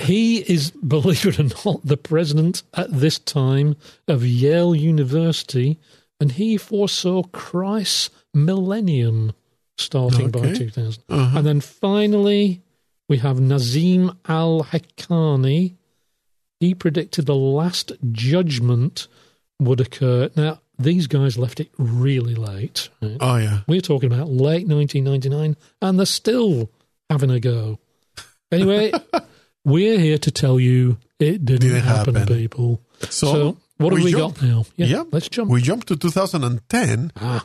[SPEAKER 2] he is, believe it or not, the president at this time of Yale University, and he foresaw Christ's millennium starting by
[SPEAKER 1] Okay.
[SPEAKER 2] 2000.
[SPEAKER 1] Uh-huh.
[SPEAKER 2] And then finally, we have Nazim al Haqqani. He predicted the last judgment would occur. Now, these guys left it really late. right?
[SPEAKER 1] Oh, yeah.
[SPEAKER 2] We're talking about late 1999, and they're still having a go. Anyway, we're here to tell you it didn't,
[SPEAKER 1] Didn't
[SPEAKER 2] happen,
[SPEAKER 1] happen.
[SPEAKER 2] people.
[SPEAKER 1] So,
[SPEAKER 2] So, what have
[SPEAKER 1] we
[SPEAKER 2] we
[SPEAKER 1] jump.
[SPEAKER 2] got now? Yeah,
[SPEAKER 1] Yeah.
[SPEAKER 2] let's jump.
[SPEAKER 1] we jumped to 2010
[SPEAKER 2] ah,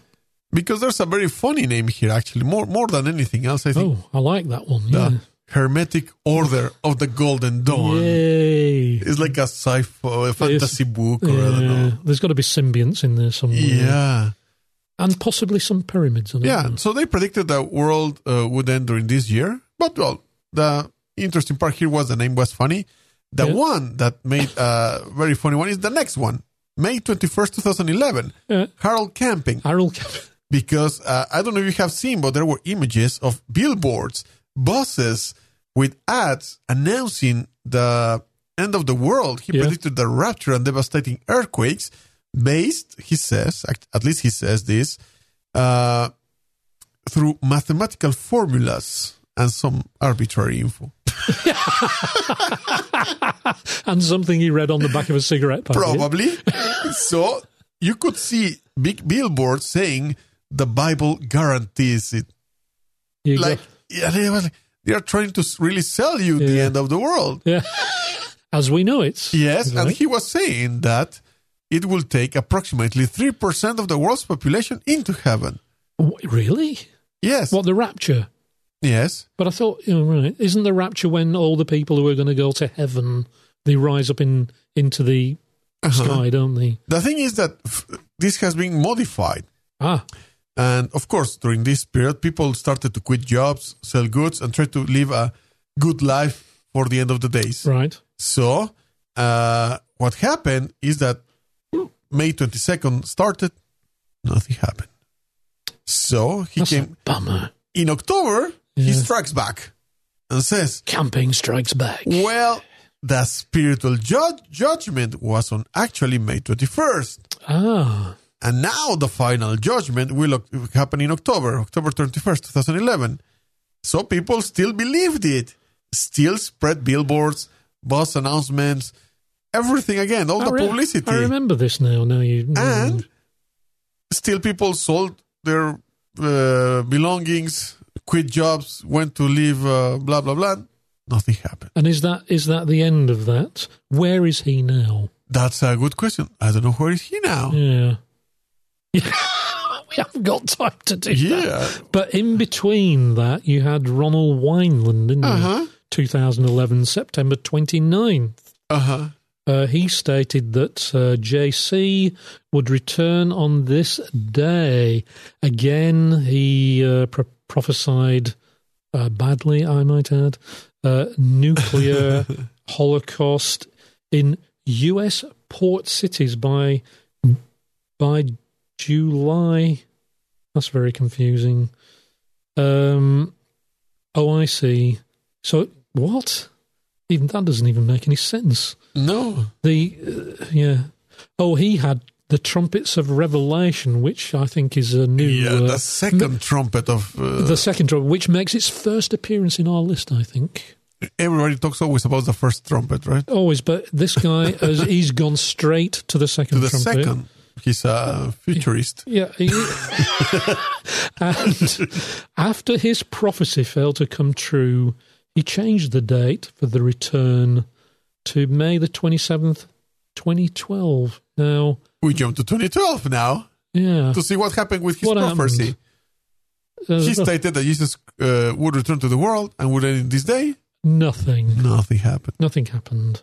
[SPEAKER 1] because there's a very funny name here, actually, more, more than anything else. I think
[SPEAKER 2] oh, I like that one.
[SPEAKER 1] the
[SPEAKER 2] Yeah.
[SPEAKER 1] Hermetic Order of the Golden Dawn.
[SPEAKER 2] Yay.
[SPEAKER 1] It's like a sci fi fantasy book or I don't know.
[SPEAKER 2] Yeah, there's got to be symbionts in there somewhere.
[SPEAKER 1] Yeah.
[SPEAKER 2] And possibly some pyramids. I don't
[SPEAKER 1] Yeah.
[SPEAKER 2] know.
[SPEAKER 1] So they predicted the world uh, would end during this year. But, well, the interesting part here was the name was funny. The
[SPEAKER 2] Yeah.
[SPEAKER 1] one that made a very funny one is the next one, May 21st, 2011.
[SPEAKER 2] Yeah.
[SPEAKER 1] Harold Camping.
[SPEAKER 2] Harold,
[SPEAKER 1] Because uh, I don't know if you have seen, but there were images of billboards, buses with ads announcing the end of the world. He
[SPEAKER 2] Yeah.
[SPEAKER 1] predicted the rapture and devastating earthquakes based, he says, at- at least he says this, uh, through mathematical formulas and some arbitrary info.
[SPEAKER 2] and something he read on the back of a cigarette packet.
[SPEAKER 1] Probably. so you could see big billboards saying the Bible guarantees it.
[SPEAKER 2] You go-
[SPEAKER 1] like yeah, they, were like, they are trying to s- really sell you the
[SPEAKER 2] Yeah.
[SPEAKER 1] end of the world.
[SPEAKER 2] yeah. As we know it.
[SPEAKER 1] Yes, and
[SPEAKER 2] Right.
[SPEAKER 1] he was saying that it will take approximately three percent of the world's population into heaven.
[SPEAKER 2] W- Really?
[SPEAKER 1] Yes,
[SPEAKER 2] What, the rapture?
[SPEAKER 1] yes,
[SPEAKER 2] But I thought, you know, right, isn't the rapture when all the people who are going to go to heaven, they rise up in into the
[SPEAKER 1] Uh-huh.
[SPEAKER 2] sky, don't they?
[SPEAKER 1] The thing is that f- this has been modified,
[SPEAKER 2] Ah,
[SPEAKER 1] and of course, during this period, people started to quit jobs, sell goods, and try to live a good life for the end of the days.
[SPEAKER 2] right.
[SPEAKER 1] So, uh, what happened is that May 22nd started, nothing happened. So, he
[SPEAKER 2] That's
[SPEAKER 1] came
[SPEAKER 2] a bummer.
[SPEAKER 1] in October, he
[SPEAKER 2] Yeah.
[SPEAKER 1] strikes back and says,
[SPEAKER 2] Camping strikes back.
[SPEAKER 1] Well, the spiritual judge, judgment was on actually May 21st.
[SPEAKER 2] Ah,
[SPEAKER 1] And now the final judgment will oc- happen in October, October 31st, 2011. So people still believed it, still spread billboards, bus announcements, everything again, all
[SPEAKER 2] I
[SPEAKER 1] the
[SPEAKER 2] re-
[SPEAKER 1] publicity.
[SPEAKER 2] Oh, I remember this now. Now you
[SPEAKER 1] And still people sold their uh, belongings, quit jobs, went to live, uh, blah, blah, blah. Nothing happened.
[SPEAKER 2] And is that is that the end of that? Where is he now?
[SPEAKER 1] That's a good question. I don't know where is he now.
[SPEAKER 2] Yeah. Yeah. we haven't got time to do that.
[SPEAKER 1] Yeah.
[SPEAKER 2] But in between that, you had Ronald Wineland, didn't you?
[SPEAKER 1] Uh-huh.
[SPEAKER 2] 2011, September 29th.
[SPEAKER 1] Uh-huh.
[SPEAKER 2] Uh, he stated that uh, JC would return on this day. Again, he uh, pro- prophesied uh, badly, I might add, uh, nuclear holocaust in U.S. port cities by by July. That's very confusing. Um, oh, I see. So what? Even that doesn't even make any sense
[SPEAKER 1] No.
[SPEAKER 2] the uh, yeah oh he had the trumpets of revelation which i think is a new
[SPEAKER 1] Yeah,
[SPEAKER 2] uh,
[SPEAKER 1] the second trumpet of uh,
[SPEAKER 2] the second trumpet which makes its first appearance in our list i think
[SPEAKER 1] everybody talks always about the first trumpet, right?
[SPEAKER 2] always but this guy has, he's gone straight to the second
[SPEAKER 1] To the
[SPEAKER 2] trumpet
[SPEAKER 1] second, he's a futurist.
[SPEAKER 2] yeah he, and after his prophecy failed to come true he changed the date for the return to may the 27th 2012 now
[SPEAKER 1] We jump to 2012 now
[SPEAKER 2] yeah
[SPEAKER 1] to see what happened with his
[SPEAKER 2] What happened?
[SPEAKER 1] prophecy.
[SPEAKER 2] there's
[SPEAKER 1] He
[SPEAKER 2] no-
[SPEAKER 1] stated that Jesus uh, would return to the world and would end in this day.
[SPEAKER 2] nothing
[SPEAKER 1] Nothing happened.
[SPEAKER 2] Nothing happened.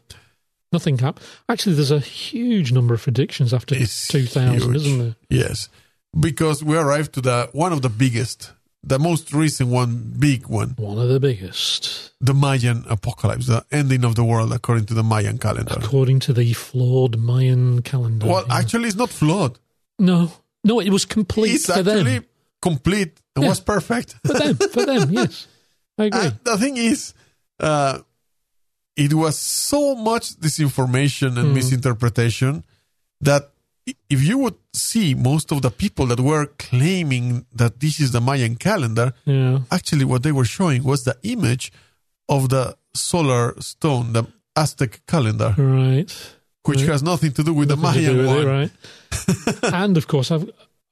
[SPEAKER 2] Nothing happened. Actually, there's a huge number of predictions after
[SPEAKER 1] It's
[SPEAKER 2] 2000,
[SPEAKER 1] huge.
[SPEAKER 2] isn't there?
[SPEAKER 1] Yes, because we arrived to the one of the biggest, the most recent one, big one,
[SPEAKER 2] One of the biggest,
[SPEAKER 1] the Mayan apocalypse, the ending of the world according to the Mayan calendar.
[SPEAKER 2] according to the flawed Mayan calendar.
[SPEAKER 1] Well,
[SPEAKER 2] Yeah.
[SPEAKER 1] actually, it's not flawed.
[SPEAKER 2] no, no, it was complete
[SPEAKER 1] It's
[SPEAKER 2] for
[SPEAKER 1] actually
[SPEAKER 2] them.
[SPEAKER 1] complete and
[SPEAKER 2] Yeah.
[SPEAKER 1] was perfect.
[SPEAKER 2] For them, for them, yes, I agree.
[SPEAKER 1] And the thing is, uh, it was so much disinformation
[SPEAKER 2] Hmm.
[SPEAKER 1] and misinterpretation that i- if you would see most of the people that were claiming that this is the Mayan calendar,
[SPEAKER 2] yeah,
[SPEAKER 1] actually what they were showing was the image of the solar stone, the Aztec calendar,
[SPEAKER 2] right.
[SPEAKER 1] which has nothing to do with
[SPEAKER 2] Hmm. Nothing
[SPEAKER 1] the
[SPEAKER 2] to do
[SPEAKER 1] Mayan
[SPEAKER 2] with
[SPEAKER 1] one.
[SPEAKER 2] it, right? and of course, I've,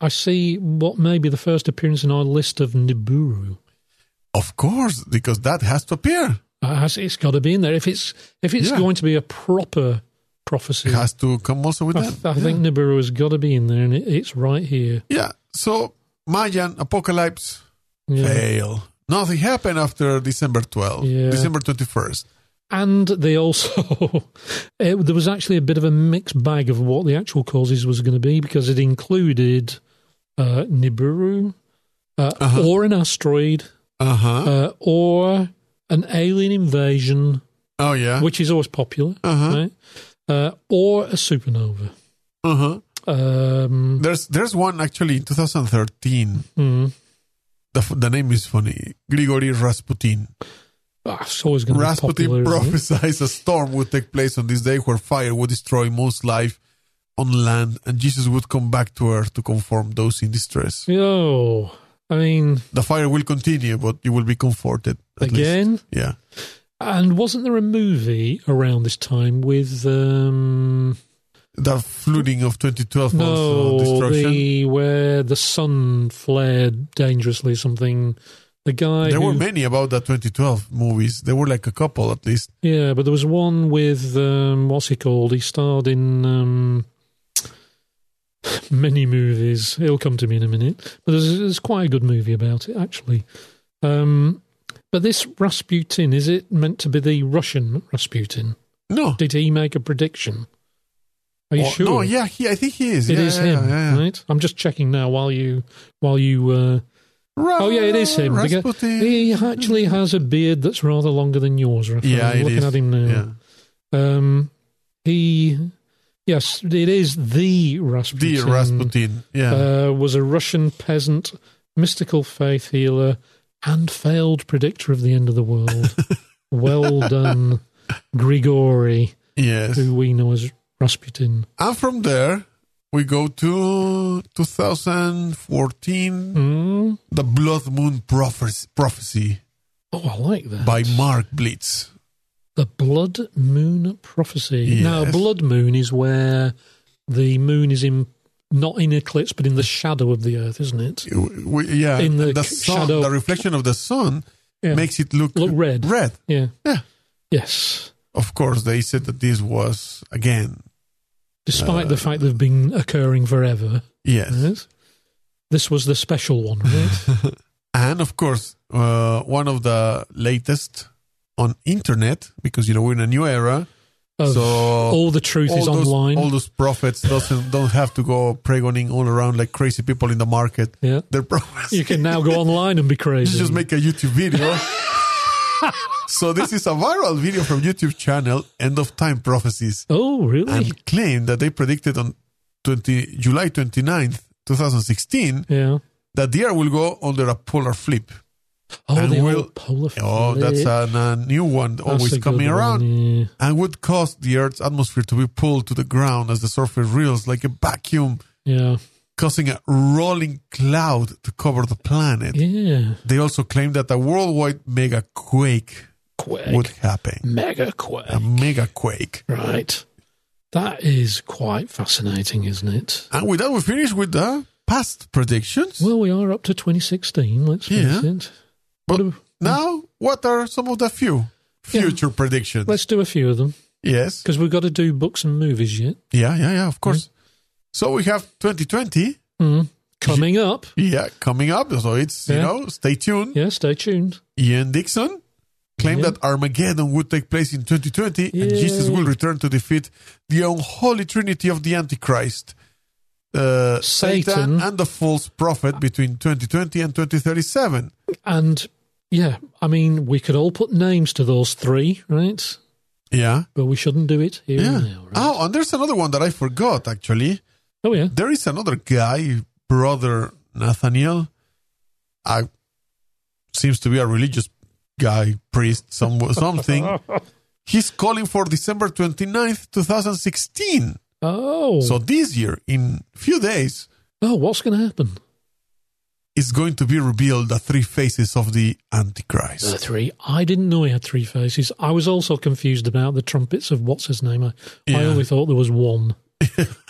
[SPEAKER 2] I see what may be the first appearance in our list of Nibiru.
[SPEAKER 1] Of course, because that has to appear.
[SPEAKER 2] It Uh, has- it's got to be in there if it's if it's
[SPEAKER 1] Yeah.
[SPEAKER 2] going to be a proper prophecy.
[SPEAKER 1] It has to come also with
[SPEAKER 2] I,
[SPEAKER 1] that.
[SPEAKER 2] I think Nibiru has got to be in there, and it, it's right here.
[SPEAKER 1] Yeah. So Mayan apocalypse
[SPEAKER 2] Yeah.
[SPEAKER 1] fail. Nothing happened after December 12th,
[SPEAKER 2] Yeah.
[SPEAKER 1] December 21st.
[SPEAKER 2] And they also, it, there was actually a bit of a mixed bag of what the actual causes was going to be because it included uh, Nibiru, uh,
[SPEAKER 1] Uh-huh.
[SPEAKER 2] or an asteroid,
[SPEAKER 1] Uh-huh.
[SPEAKER 2] uh, or an alien invasion,
[SPEAKER 1] Oh yeah.
[SPEAKER 2] which is always popular,
[SPEAKER 1] Uh-huh.
[SPEAKER 2] right? Uh, or a supernova.
[SPEAKER 1] Uh-huh.
[SPEAKER 2] Um,
[SPEAKER 1] There's there's one actually in 2013.
[SPEAKER 2] hmm.
[SPEAKER 1] The, f- the name is funny. Grigory Rasputin.
[SPEAKER 2] Ah, it's always going to be popular.
[SPEAKER 1] Rasputin
[SPEAKER 2] isn't it?
[SPEAKER 1] prophesies a storm would take place on this day where fire would destroy most life on land and Jesus would come back to earth to conform those in distress.
[SPEAKER 2] Yo, I mean,
[SPEAKER 1] The fire will continue, but you will be comforted. at least.
[SPEAKER 2] again.
[SPEAKER 1] Yeah.
[SPEAKER 2] And wasn't there a movie around this time with um
[SPEAKER 1] The flooding of 2012 also
[SPEAKER 2] no
[SPEAKER 1] destruction.
[SPEAKER 2] the where the sun flared dangerously something the guy
[SPEAKER 1] There
[SPEAKER 2] who,
[SPEAKER 1] were many about the 2012 movies. There were like a couple at least.
[SPEAKER 2] yeah but there was one with um what's he called he starred in um many movies it'll come to me in a minute but there's, there's quite a good movie about it actually um but this Rasputin is it meant to be the Russian Rasputin
[SPEAKER 1] No.
[SPEAKER 2] did he make a prediction are you
[SPEAKER 1] Or-
[SPEAKER 2] sure
[SPEAKER 1] No, yeah, he, I think he is.
[SPEAKER 2] It
[SPEAKER 1] yeah,
[SPEAKER 2] is
[SPEAKER 1] yeah,
[SPEAKER 2] him,
[SPEAKER 1] yeah, yeah.
[SPEAKER 2] right? I'm just checking now while you while you. Uh, oh yeah, it is him. The guy-
[SPEAKER 1] Rasputin.
[SPEAKER 2] he actually has a beard that's rather longer than yours. Raphael.
[SPEAKER 1] Yeah,
[SPEAKER 2] I'm
[SPEAKER 1] it
[SPEAKER 2] looking
[SPEAKER 1] is.
[SPEAKER 2] at him uh,
[SPEAKER 1] Yeah.
[SPEAKER 2] now. Um, he, yes, it is the Rasputin.
[SPEAKER 1] Dear Rasputin. Yeah.
[SPEAKER 2] uh, was a Russian peasant, mystical faith healer, and failed predictor of the end of the world. well done, Grigori,
[SPEAKER 1] Yes.
[SPEAKER 2] who we know as Rasputin.
[SPEAKER 1] And from there, we go to 2014,
[SPEAKER 2] Mm.
[SPEAKER 1] The Blood Moon Prophecy, Prophecy
[SPEAKER 2] Oh, I like that.
[SPEAKER 1] by Mark Blitz.
[SPEAKER 2] The Blood Moon Prophecy. Now, a
[SPEAKER 1] Yes.
[SPEAKER 2] blood moon is where the moon is in not in eclipse, but in the shadow of the earth, isn't it?
[SPEAKER 1] We- we- yeah,
[SPEAKER 2] In the
[SPEAKER 1] the
[SPEAKER 2] c-
[SPEAKER 1] sun,
[SPEAKER 2] shadow.
[SPEAKER 1] the reflection of the sun
[SPEAKER 2] Yeah.
[SPEAKER 1] makes it look,
[SPEAKER 2] Look red.
[SPEAKER 1] Red.
[SPEAKER 2] Yeah.
[SPEAKER 1] Yeah.
[SPEAKER 2] Yes.
[SPEAKER 1] Of course, they said that this was, again,
[SPEAKER 2] Despite the fact they've been occurring forever.
[SPEAKER 1] Uh, yes.
[SPEAKER 2] Yes. This was the special one, right?
[SPEAKER 1] And of course, uh, one of the latest on internet, because, you know, we're in a new era.
[SPEAKER 2] Of
[SPEAKER 1] So,
[SPEAKER 2] all the truth is
[SPEAKER 1] those,
[SPEAKER 2] online.
[SPEAKER 1] all those prophets doesn't, don't have to go pregoning all around like crazy people in the market.
[SPEAKER 2] yeah.
[SPEAKER 1] They're prophets.
[SPEAKER 2] You can now go online and be crazy.
[SPEAKER 1] You just make a YouTube video. so this is a viral video from YouTube channel End of Time Prophecies
[SPEAKER 2] oh, really?
[SPEAKER 1] and claim that they predicted on 20 July 29th, 2016
[SPEAKER 2] yeah.
[SPEAKER 1] that the year will go under a polar flip.
[SPEAKER 2] Oh,
[SPEAKER 1] and
[SPEAKER 2] the
[SPEAKER 1] we'll-
[SPEAKER 2] old polar
[SPEAKER 1] Oh,
[SPEAKER 2] flip.
[SPEAKER 1] that's a, a new one
[SPEAKER 2] That's a
[SPEAKER 1] always
[SPEAKER 2] good
[SPEAKER 1] coming
[SPEAKER 2] one,
[SPEAKER 1] around
[SPEAKER 2] yeah.
[SPEAKER 1] and would cause the Earth's atmosphere to be pulled to the ground as the surface reels like a vacuum,
[SPEAKER 2] Yeah.
[SPEAKER 1] causing a rolling cloud to cover the planet.
[SPEAKER 2] Yeah.
[SPEAKER 1] They also claim that a worldwide mega quake
[SPEAKER 2] Quake.
[SPEAKER 1] would happen.
[SPEAKER 2] Mega quake.
[SPEAKER 1] a mega quake.
[SPEAKER 2] right. That is quite fascinating, isn't it?
[SPEAKER 1] And with that, we finish with the past predictions.
[SPEAKER 2] Well, we are up to 2016, let's face
[SPEAKER 1] Yeah.
[SPEAKER 2] it.
[SPEAKER 1] But-
[SPEAKER 2] What do-
[SPEAKER 1] now, what are some of the few future predictions?
[SPEAKER 2] let's do a few of them
[SPEAKER 1] yes.
[SPEAKER 2] because we've got to do books and movies yet.
[SPEAKER 1] Yeah, yeah, yeah, of course. So we have 2020.
[SPEAKER 2] Mm. Coming up.
[SPEAKER 1] Yeah, coming up. So it's, you
[SPEAKER 2] Yeah.
[SPEAKER 1] know, stay tuned.
[SPEAKER 2] Yeah, stay tuned.
[SPEAKER 1] Ian Dixon claimed
[SPEAKER 2] Yeah.
[SPEAKER 1] that Armageddon would take place in 2020 and
[SPEAKER 2] Yay.
[SPEAKER 1] Jesus will return to defeat the unholy trinity of the Antichrist. Uh, Satan.
[SPEAKER 2] Satan.
[SPEAKER 1] and the false prophet between 2020 and 2037.
[SPEAKER 2] And yeah, I mean, we could all put names to those three, right?
[SPEAKER 1] Yeah.
[SPEAKER 2] But we shouldn't do it here
[SPEAKER 1] Yeah.
[SPEAKER 2] and now, right?
[SPEAKER 1] Oh, and there's another one that I forgot actually.
[SPEAKER 2] Oh, yeah.
[SPEAKER 1] There is another guy, brother Nathaniel. I seems to be a religious guy, priest, some something. He's calling for December 29th, 2016.
[SPEAKER 2] Oh.
[SPEAKER 1] Ah. So this year in few days
[SPEAKER 2] oh, what's going to happen?
[SPEAKER 1] is going to be revealed the three faces of the
[SPEAKER 2] The
[SPEAKER 1] antichrist.
[SPEAKER 2] three. I didn't know he had three faces. I was also confused about the trumpets of what's his name. I, I
[SPEAKER 1] Yeah.
[SPEAKER 2] only thought there was one.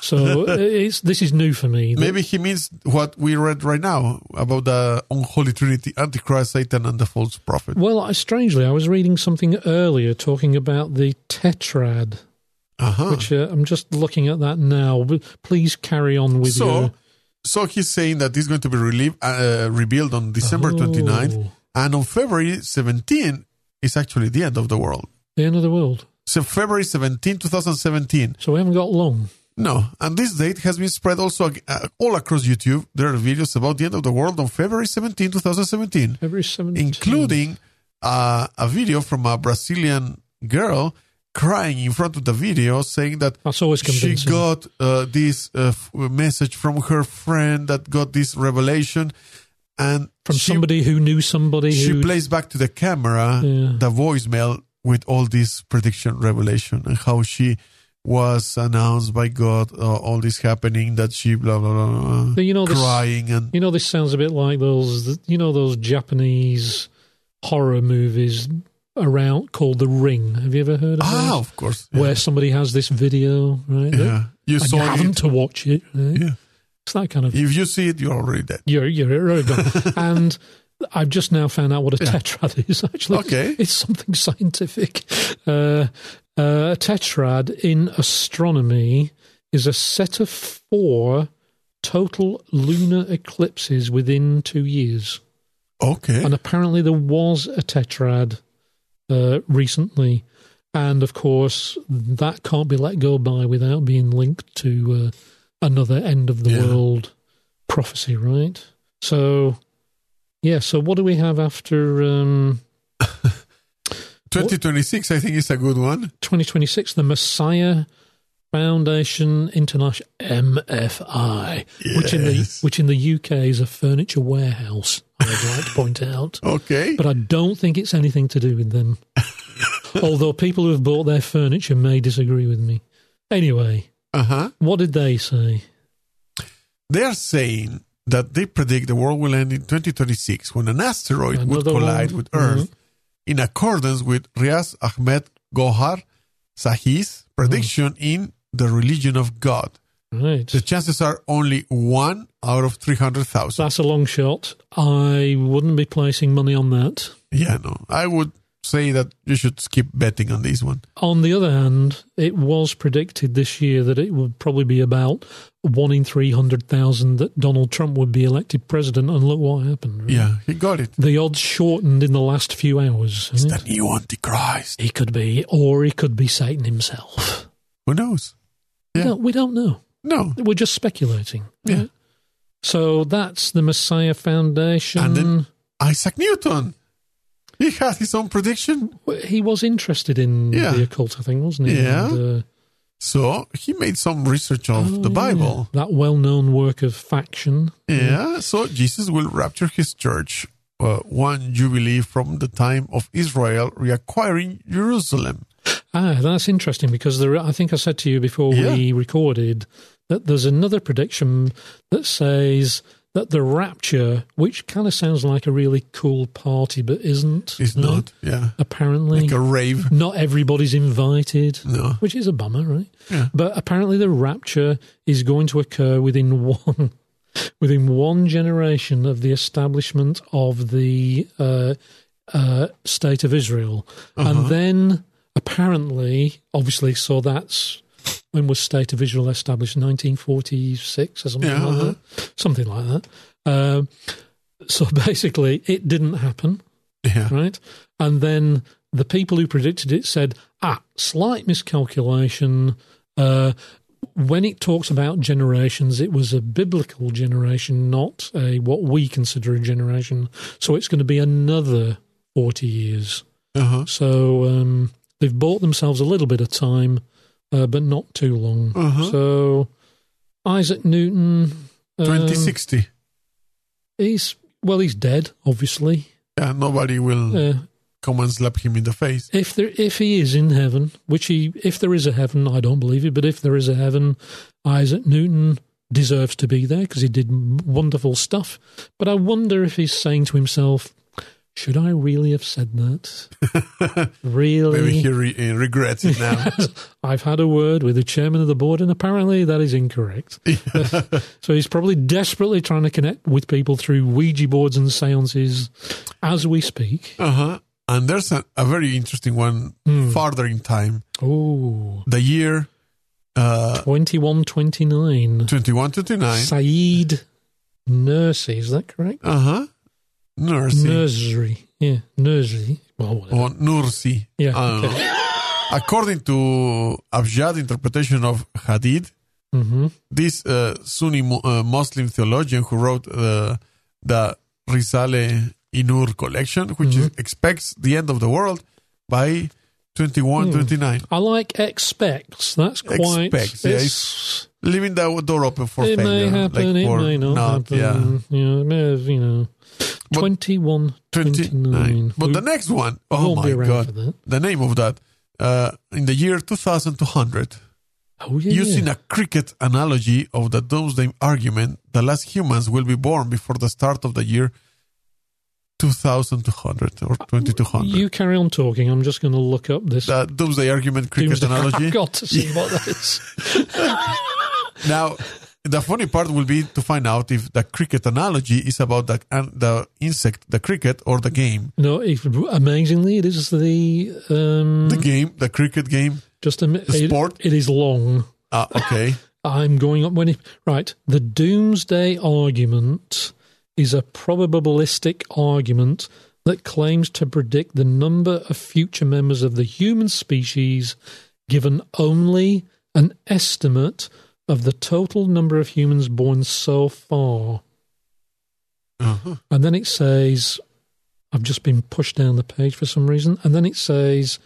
[SPEAKER 2] so uh, it's this is new for me.
[SPEAKER 1] Maybe he means what we read right now about the unholy trinity, antichrist, Satan and the false prophet.
[SPEAKER 2] Well, I, strangely, I was reading something earlier talking about the tetrad,
[SPEAKER 1] Uh-huh.
[SPEAKER 2] which uh, I'm just looking at that now. But please carry on with
[SPEAKER 1] so
[SPEAKER 2] your
[SPEAKER 1] so he's saying that it's going to be relieved, uh, revealed on december
[SPEAKER 2] Oh,
[SPEAKER 1] 29th and on february 17 is actually the end of the world
[SPEAKER 2] The end of the world.
[SPEAKER 1] so february 17 2017
[SPEAKER 2] So we haven't got long.
[SPEAKER 1] no and this date has been spread also uh, all across youtube there are videos about the end of the world on february 17 2017
[SPEAKER 2] Every 17.
[SPEAKER 1] including uh, a video from a brazilian girl crying in front of the video saying that
[SPEAKER 2] That's always
[SPEAKER 1] she
[SPEAKER 2] convincing.
[SPEAKER 1] got uh, this uh, f- message from her friend that got this revelation and
[SPEAKER 2] From
[SPEAKER 1] she,
[SPEAKER 2] somebody who knew somebody
[SPEAKER 1] she
[SPEAKER 2] who.
[SPEAKER 1] plays back to the camera
[SPEAKER 2] Yeah.
[SPEAKER 1] the voicemail with all this prediction revelation and how she was announced by god uh, all this happening that she blah blah blah, blah,
[SPEAKER 2] But you know, this-
[SPEAKER 1] crying and
[SPEAKER 2] You know, this sounds a bit like those, you know, those Japanese horror movies around called The Ring. Have you ever heard of
[SPEAKER 1] ah
[SPEAKER 2] those?
[SPEAKER 1] of course
[SPEAKER 2] Where somebody has this video, right?
[SPEAKER 1] yeah you
[SPEAKER 2] And you
[SPEAKER 1] saw
[SPEAKER 2] haven't
[SPEAKER 1] it
[SPEAKER 2] to watch it. Right?
[SPEAKER 1] Yeah.
[SPEAKER 2] It's that kind of.
[SPEAKER 1] if you see it you're already dead
[SPEAKER 2] You're, you're already gone. and I've just now found out what a tetrad is, actually.
[SPEAKER 1] Okay.
[SPEAKER 2] It's something scientific. Uh, uh, a tetrad in astronomy is a set of four total lunar eclipses within two years.
[SPEAKER 1] okay
[SPEAKER 2] And apparently there was a tetrad uh, recently. And of course, that can't be let go by without being linked to uh, another end of the
[SPEAKER 1] Yeah.
[SPEAKER 2] world prophecy, right? So, yeah, so what do we have after um,
[SPEAKER 1] 2026 i think is a good one
[SPEAKER 2] 2026? The Messiah Foundation International MFI, which in the
[SPEAKER 1] Yes.
[SPEAKER 2] which in the UK is a furniture warehouse. I'd like to point out.
[SPEAKER 1] okay
[SPEAKER 2] but I don't think it's anything to do with them. Although people who have bought their furniture may disagree with me. Anyway,
[SPEAKER 1] Uh huh.
[SPEAKER 2] what did they say?
[SPEAKER 1] They're saying that they predict the world will end in 2036 when an asteroid would
[SPEAKER 2] Another
[SPEAKER 1] collide
[SPEAKER 2] one. Mm-hmm.
[SPEAKER 1] with Earth in accordance with Riaz Ahmed Gohar Sahi's
[SPEAKER 2] Mm-hmm.
[SPEAKER 1] prediction in The Religion of God.
[SPEAKER 2] Right.
[SPEAKER 1] The chances are only one out of 300,000.
[SPEAKER 2] That's a long shot. I wouldn't be placing money on that.
[SPEAKER 1] Yeah, no. I would say that you should skip betting on this one.
[SPEAKER 2] On the other hand, it was predicted this year that it would probably be about one in 300,000 that Donald Trump would be elected president, and look what happened. right?
[SPEAKER 1] Yeah, he got it.
[SPEAKER 2] The odds shortened in the last few hours.
[SPEAKER 1] It's
[SPEAKER 2] hasn't
[SPEAKER 1] the new Antichrist.
[SPEAKER 2] it? He could be, or he could be Satan himself.
[SPEAKER 1] Who knows? Yeah.
[SPEAKER 2] No, we don't know.
[SPEAKER 1] No.
[SPEAKER 2] We're just speculating.
[SPEAKER 1] Yeah.
[SPEAKER 2] right? So that's the Messiah Foundation.
[SPEAKER 1] And then- Isaac Newton. He had his own prediction.
[SPEAKER 2] he was interested in
[SPEAKER 1] Yeah.
[SPEAKER 2] the occult, I think, wasn't he?
[SPEAKER 1] Yeah.
[SPEAKER 2] And, uh,
[SPEAKER 1] So he made some research of
[SPEAKER 2] Oh,
[SPEAKER 1] the
[SPEAKER 2] yeah.
[SPEAKER 1] Bible.
[SPEAKER 2] That well known work of faction.
[SPEAKER 1] Yeah, so Jesus will rapture his church uh, one jubilee from the time of Israel reacquiring Jerusalem.
[SPEAKER 2] Ah, that's interesting because there, I think I said to you before we recorded that there's another prediction that says that the rapture, which kind of sounds like a really cool party but isn't,
[SPEAKER 1] Is
[SPEAKER 2] uh,
[SPEAKER 1] not, yeah,
[SPEAKER 2] apparently.
[SPEAKER 1] like a rave.
[SPEAKER 2] not everybody's invited,
[SPEAKER 1] No,
[SPEAKER 2] which is a bummer, right?
[SPEAKER 1] Yeah.
[SPEAKER 2] But apparently, the rapture is going to occur within one within one generation of the establishment of the uh, uh, state of Israel,
[SPEAKER 1] Uh-huh.
[SPEAKER 2] and then apparently, obviously, so that's. When was State of Israel established? 1946 or something
[SPEAKER 1] Yeah,
[SPEAKER 2] like
[SPEAKER 1] uh-huh.
[SPEAKER 2] that. Something like that. Um, so basically, it didn't happen
[SPEAKER 1] yeah,
[SPEAKER 2] right? And then the people who predicted it said, ah, slight miscalculation. Uh, when it talks about generations, it was a biblical generation, not a what we consider a generation. So it's going to be another forty years.
[SPEAKER 1] uh-huh.
[SPEAKER 2] So um, they've bought themselves a little bit of time, uh, but not too long.
[SPEAKER 1] Uh-huh.
[SPEAKER 2] So Isaac Newton, um,
[SPEAKER 1] 2060.
[SPEAKER 2] He's well, he's dead, obviously.
[SPEAKER 1] Yeah, nobody will
[SPEAKER 2] Uh,
[SPEAKER 1] come and slap him in the face.
[SPEAKER 2] If there, if he is in heaven, which he, if there is a heaven, I don't believe it, but if there is a heaven, Isaac Newton deserves to be there because he did m- wonderful stuff. But I wonder if he's saying to himself, "Should I really have said that?
[SPEAKER 1] Maybe he
[SPEAKER 2] really?
[SPEAKER 1] re- uh, regrets it now.
[SPEAKER 2] I've had a word with the chairman of the board, and apparently that is incorrect. so he's probably desperately trying to connect with people through Ouija boards and seances as we speak.
[SPEAKER 1] uh huh. And there's a, a very interesting one
[SPEAKER 2] Hmm.
[SPEAKER 1] farther in time.
[SPEAKER 2] Oh,
[SPEAKER 1] The year uh,
[SPEAKER 2] twenty-one, twenty-nine.
[SPEAKER 1] 2129.
[SPEAKER 2] Saeed Nursi, is that correct?
[SPEAKER 1] Uh huh. Nursi.
[SPEAKER 2] Nursery. Yeah, nursery. Well, whatever.
[SPEAKER 1] or Nursi.
[SPEAKER 2] Yeah,
[SPEAKER 1] I don't
[SPEAKER 2] okay.
[SPEAKER 1] know. According to Abjad interpretation of Hadid,
[SPEAKER 2] hmm
[SPEAKER 1] this uh, Sunni mu- uh, Muslim theologian who wrote uh, the Risale Inur collection, which is,
[SPEAKER 2] Mm-hmm.
[SPEAKER 1] expects the end of the world by
[SPEAKER 2] Hmm.
[SPEAKER 1] 2129,
[SPEAKER 2] I like expects. That's quite.
[SPEAKER 1] Expects, yeah,
[SPEAKER 2] it's-
[SPEAKER 1] leaving the door open for
[SPEAKER 2] it may
[SPEAKER 1] failure.
[SPEAKER 2] happen.
[SPEAKER 1] uh, like,
[SPEAKER 2] it
[SPEAKER 1] for
[SPEAKER 2] may not,
[SPEAKER 1] Yeah.
[SPEAKER 2] happen. Yeah. it may have, you know,
[SPEAKER 1] But-
[SPEAKER 2] 21,
[SPEAKER 1] 29.
[SPEAKER 2] 29.
[SPEAKER 1] But
[SPEAKER 2] We
[SPEAKER 1] the next one, oh
[SPEAKER 2] won't
[SPEAKER 1] my
[SPEAKER 2] be around
[SPEAKER 1] God,
[SPEAKER 2] for that.
[SPEAKER 1] the name of that, uh, in the year 2200.
[SPEAKER 2] Oh, yeah.
[SPEAKER 1] Using a cricket analogy of the doomsday argument, the last humans will be born before the start of the year 2200 or 2200.
[SPEAKER 2] You carry on talking. I'm just going to look up this
[SPEAKER 1] the doomsday argument cricket
[SPEAKER 2] doomsday.
[SPEAKER 1] analogy.
[SPEAKER 2] I've got to see what that is.
[SPEAKER 1] Now, the funny part will be to find out if the cricket analogy is about the, an the insect, the cricket, or the game.
[SPEAKER 2] No, if, amazingly, it is the. Um,
[SPEAKER 1] The game, the cricket game.
[SPEAKER 2] just a mi- it-
[SPEAKER 1] sport?
[SPEAKER 2] it is long.
[SPEAKER 1] Ah, okay.
[SPEAKER 2] I'm going up when it, right. The doomsday argument is a probabilistic argument that claims to predict the number of future members of the human species, given only an estimate of the total number of humans born so far.
[SPEAKER 1] Uh-huh.
[SPEAKER 2] And then it says, I've just been pushed down the page for some reason. And then it says,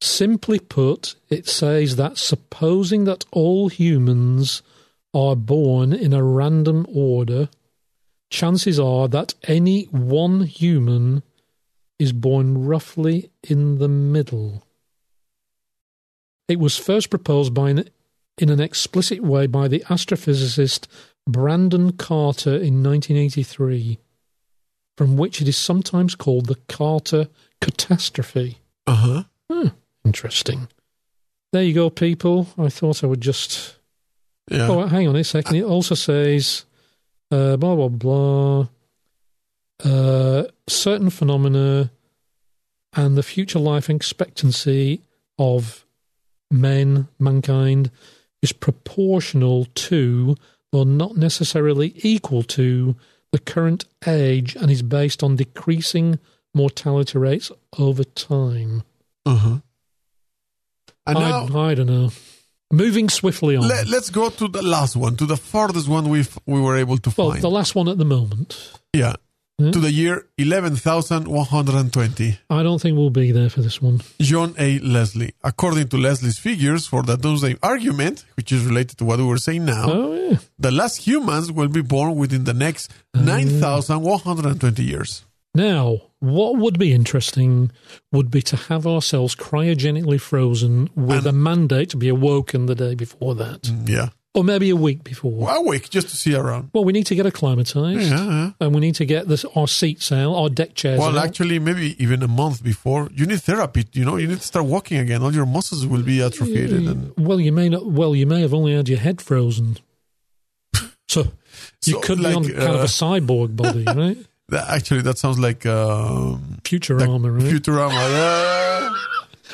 [SPEAKER 2] simply put, it says that supposing that all humans are born in a random order, chances are that any one human is born roughly in the middle. It was first proposed by an, in an explicit way by the astrophysicist Brandon Carter in 1983, from which it is sometimes called the Carter catastrophe.
[SPEAKER 1] Uh huh.
[SPEAKER 2] Hmm, interesting. There you go, people. I thought I would just.
[SPEAKER 1] Yeah.
[SPEAKER 2] Oh, hang on a second. It also says uh, blah, blah, blah. Uh, certain phenomena and the future life expectancy of men, mankind, is proportional to, though not necessarily equal to, the current age and is based on decreasing mortality rates over time.
[SPEAKER 1] Uh huh. And
[SPEAKER 2] Oh,
[SPEAKER 1] now
[SPEAKER 2] I, I don't know. Moving swiftly on.
[SPEAKER 1] let, us go to the last one, to the farthest one we we were able to
[SPEAKER 2] well,
[SPEAKER 1] find.
[SPEAKER 2] the last one at the moment.
[SPEAKER 1] yeah.
[SPEAKER 2] Hmm?
[SPEAKER 1] To the year 11,120.
[SPEAKER 2] I don't think we'll be there for this one.
[SPEAKER 1] John A. Leslie. According to Leslie's figures for the doomsday argument, which is related to what we were saying now,
[SPEAKER 2] Oh, yeah.
[SPEAKER 1] the last humans will be born within the next 9,120 years.
[SPEAKER 2] Now, what would be interesting would be to have ourselves cryogenically frozen with a mandate to be awoken the day before that,
[SPEAKER 1] Yeah.
[SPEAKER 2] or maybe a week before.
[SPEAKER 1] Mm. Well, awake just to see around.
[SPEAKER 2] Well, we need to get acclimatized,
[SPEAKER 1] Yeah, yeah.
[SPEAKER 2] and we need to get this, our seats out, our deck chairs
[SPEAKER 1] Well,
[SPEAKER 2] out.
[SPEAKER 1] actually, maybe even a month before. You need therapy. You know, you need to start walking again. All your muscles will be atrophied. And
[SPEAKER 2] well, you may not. Well, you may have only had your head frozen, so you
[SPEAKER 1] So,
[SPEAKER 2] could
[SPEAKER 1] like,
[SPEAKER 2] be on kind of
[SPEAKER 1] uh,
[SPEAKER 2] a cyborg body, right?
[SPEAKER 1] that, actually, that sounds like um,
[SPEAKER 2] Future armor, right?
[SPEAKER 1] Futurama. Yeah.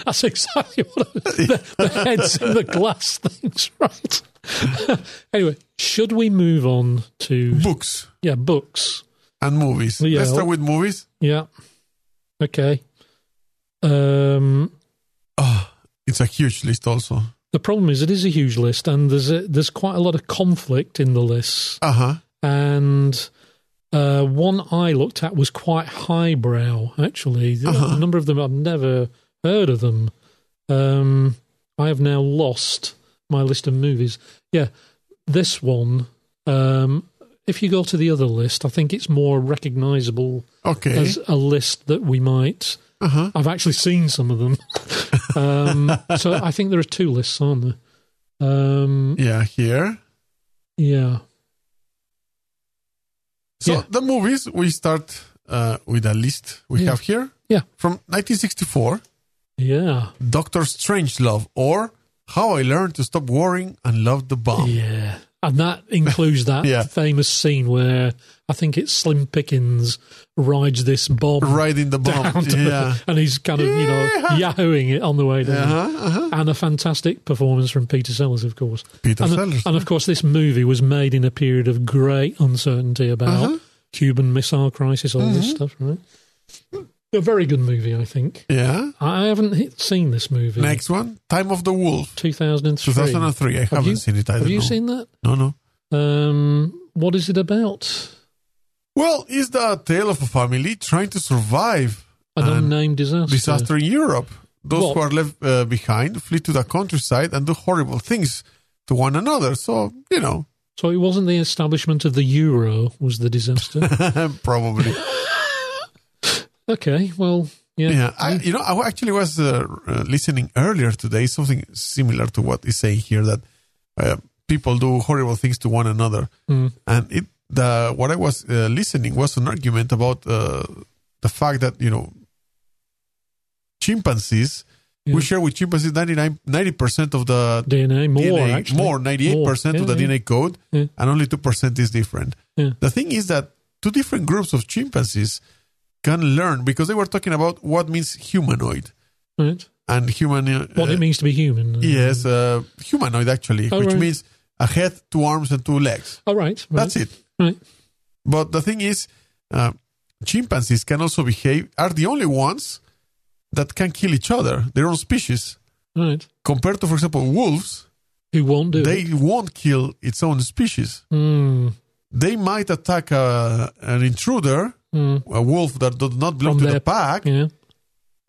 [SPEAKER 2] That's exactly what I the, the heads in the glass things, right? anyway, should we move on to
[SPEAKER 1] Books
[SPEAKER 2] yeah books?
[SPEAKER 1] and movies.
[SPEAKER 2] Yeah.
[SPEAKER 1] Let's start with movies.
[SPEAKER 2] Yeah, okay. Um,
[SPEAKER 1] It's a huge list, also.
[SPEAKER 2] the problem is it is a huge list, and there's a, there's quite a lot of conflict in the lists.
[SPEAKER 1] Uh huh.
[SPEAKER 2] And uh, one I looked at was quite highbrow, actually. A number of them I've never heard of them. Um, I have now lost my list of movies. Yeah, this one. Um, if you go to the other list, I think it's more recognizable
[SPEAKER 1] Okay.
[SPEAKER 2] as a list that we might.
[SPEAKER 1] Uh-huh.
[SPEAKER 2] I've actually seen some of them. um, so I think there are two lists, aren't there? Um,
[SPEAKER 1] Yeah, here.
[SPEAKER 2] yeah.
[SPEAKER 1] So
[SPEAKER 2] Yeah.
[SPEAKER 1] the movies we start uh, with a list we
[SPEAKER 2] Yeah.
[SPEAKER 1] have here.
[SPEAKER 2] Yeah.
[SPEAKER 1] From 1964,
[SPEAKER 2] Yeah.
[SPEAKER 1] Doctor Strangelove or How I Learned to Stop Worrying and Love the Bomb.
[SPEAKER 2] Yeah. And that includes that
[SPEAKER 1] Oh. Yeah.
[SPEAKER 2] famous scene where I think it's Slim Pickens rides this bomb
[SPEAKER 1] Riding the bomb.
[SPEAKER 2] down to
[SPEAKER 1] yeah.
[SPEAKER 2] the, and he's kind of, you know,
[SPEAKER 1] Yeah.
[SPEAKER 2] yahooing it on the way down.
[SPEAKER 1] Uh-huh, uh-huh.
[SPEAKER 2] And a fantastic performance from Peter Sellers, of course.
[SPEAKER 1] Peter
[SPEAKER 2] and,
[SPEAKER 1] Sellers.
[SPEAKER 2] and of course, this movie was made in a period of great uncertainty about
[SPEAKER 1] Uh-huh. Mm-hmm.
[SPEAKER 2] Cuban Missile Crisis, all this stuff, right? A very good movie, I think.
[SPEAKER 1] yeah.
[SPEAKER 2] I haven't hit- seen this movie.
[SPEAKER 1] Next one, Time of the Wolf,
[SPEAKER 2] 2003.
[SPEAKER 1] 2003. I haven't
[SPEAKER 2] you-
[SPEAKER 1] seen it. I
[SPEAKER 2] Have
[SPEAKER 1] don't
[SPEAKER 2] you
[SPEAKER 1] know.
[SPEAKER 2] seen that?
[SPEAKER 1] No, no.
[SPEAKER 2] Um, what is it about?
[SPEAKER 1] Well, is the tale of a family trying to survive
[SPEAKER 2] An
[SPEAKER 1] Um,
[SPEAKER 2] unnamed disaster.
[SPEAKER 1] disaster in Europe. Those
[SPEAKER 2] Well-
[SPEAKER 1] who are left uh, behind flee to the countryside and do horrible things to one another. So, you know,
[SPEAKER 2] So it wasn't the establishment of the euro was the disaster.
[SPEAKER 1] probably.
[SPEAKER 2] okay, well, yeah,
[SPEAKER 1] Yeah, I, you know, I actually was uh, uh, listening earlier today, something similar to what is saying here that uh, people do horrible things to one another.
[SPEAKER 2] mm,
[SPEAKER 1] And it, the, what I was uh, listening was an argument about uh, the fact that, you know, chimpanzees,
[SPEAKER 2] Yeah.
[SPEAKER 1] we share with chimpanzees 99, 90% of the
[SPEAKER 2] DNA more
[SPEAKER 1] DNA,
[SPEAKER 2] actually.
[SPEAKER 1] more 98% of the
[SPEAKER 2] yeah,
[SPEAKER 1] DNA code,
[SPEAKER 2] Yeah.
[SPEAKER 1] and only 2% is different.
[SPEAKER 2] Yeah.
[SPEAKER 1] The thing is that two different groups of chimpanzees can learn because they were talking about what means humanoid
[SPEAKER 2] yeah. Right.
[SPEAKER 1] and human. uh,
[SPEAKER 2] What it means to be human.
[SPEAKER 1] Yes, uh, humanoid actually,
[SPEAKER 2] Oh,
[SPEAKER 1] which
[SPEAKER 2] right.
[SPEAKER 1] means a head, two arms, and two legs.
[SPEAKER 2] All right. right.
[SPEAKER 1] That's it.
[SPEAKER 2] Right.
[SPEAKER 1] But the thing is, uh, chimpanzees can also behave, are the only ones that can kill each other, their own species.
[SPEAKER 2] Right.
[SPEAKER 1] Compared to, for example, wolves,
[SPEAKER 2] Who won't do it?
[SPEAKER 1] they won't kill its own species.
[SPEAKER 2] Mm,
[SPEAKER 1] they might attack a, an intruder,
[SPEAKER 2] mm,
[SPEAKER 1] a wolf that does not belong
[SPEAKER 2] From
[SPEAKER 1] to
[SPEAKER 2] their-
[SPEAKER 1] the pack,
[SPEAKER 2] yeah.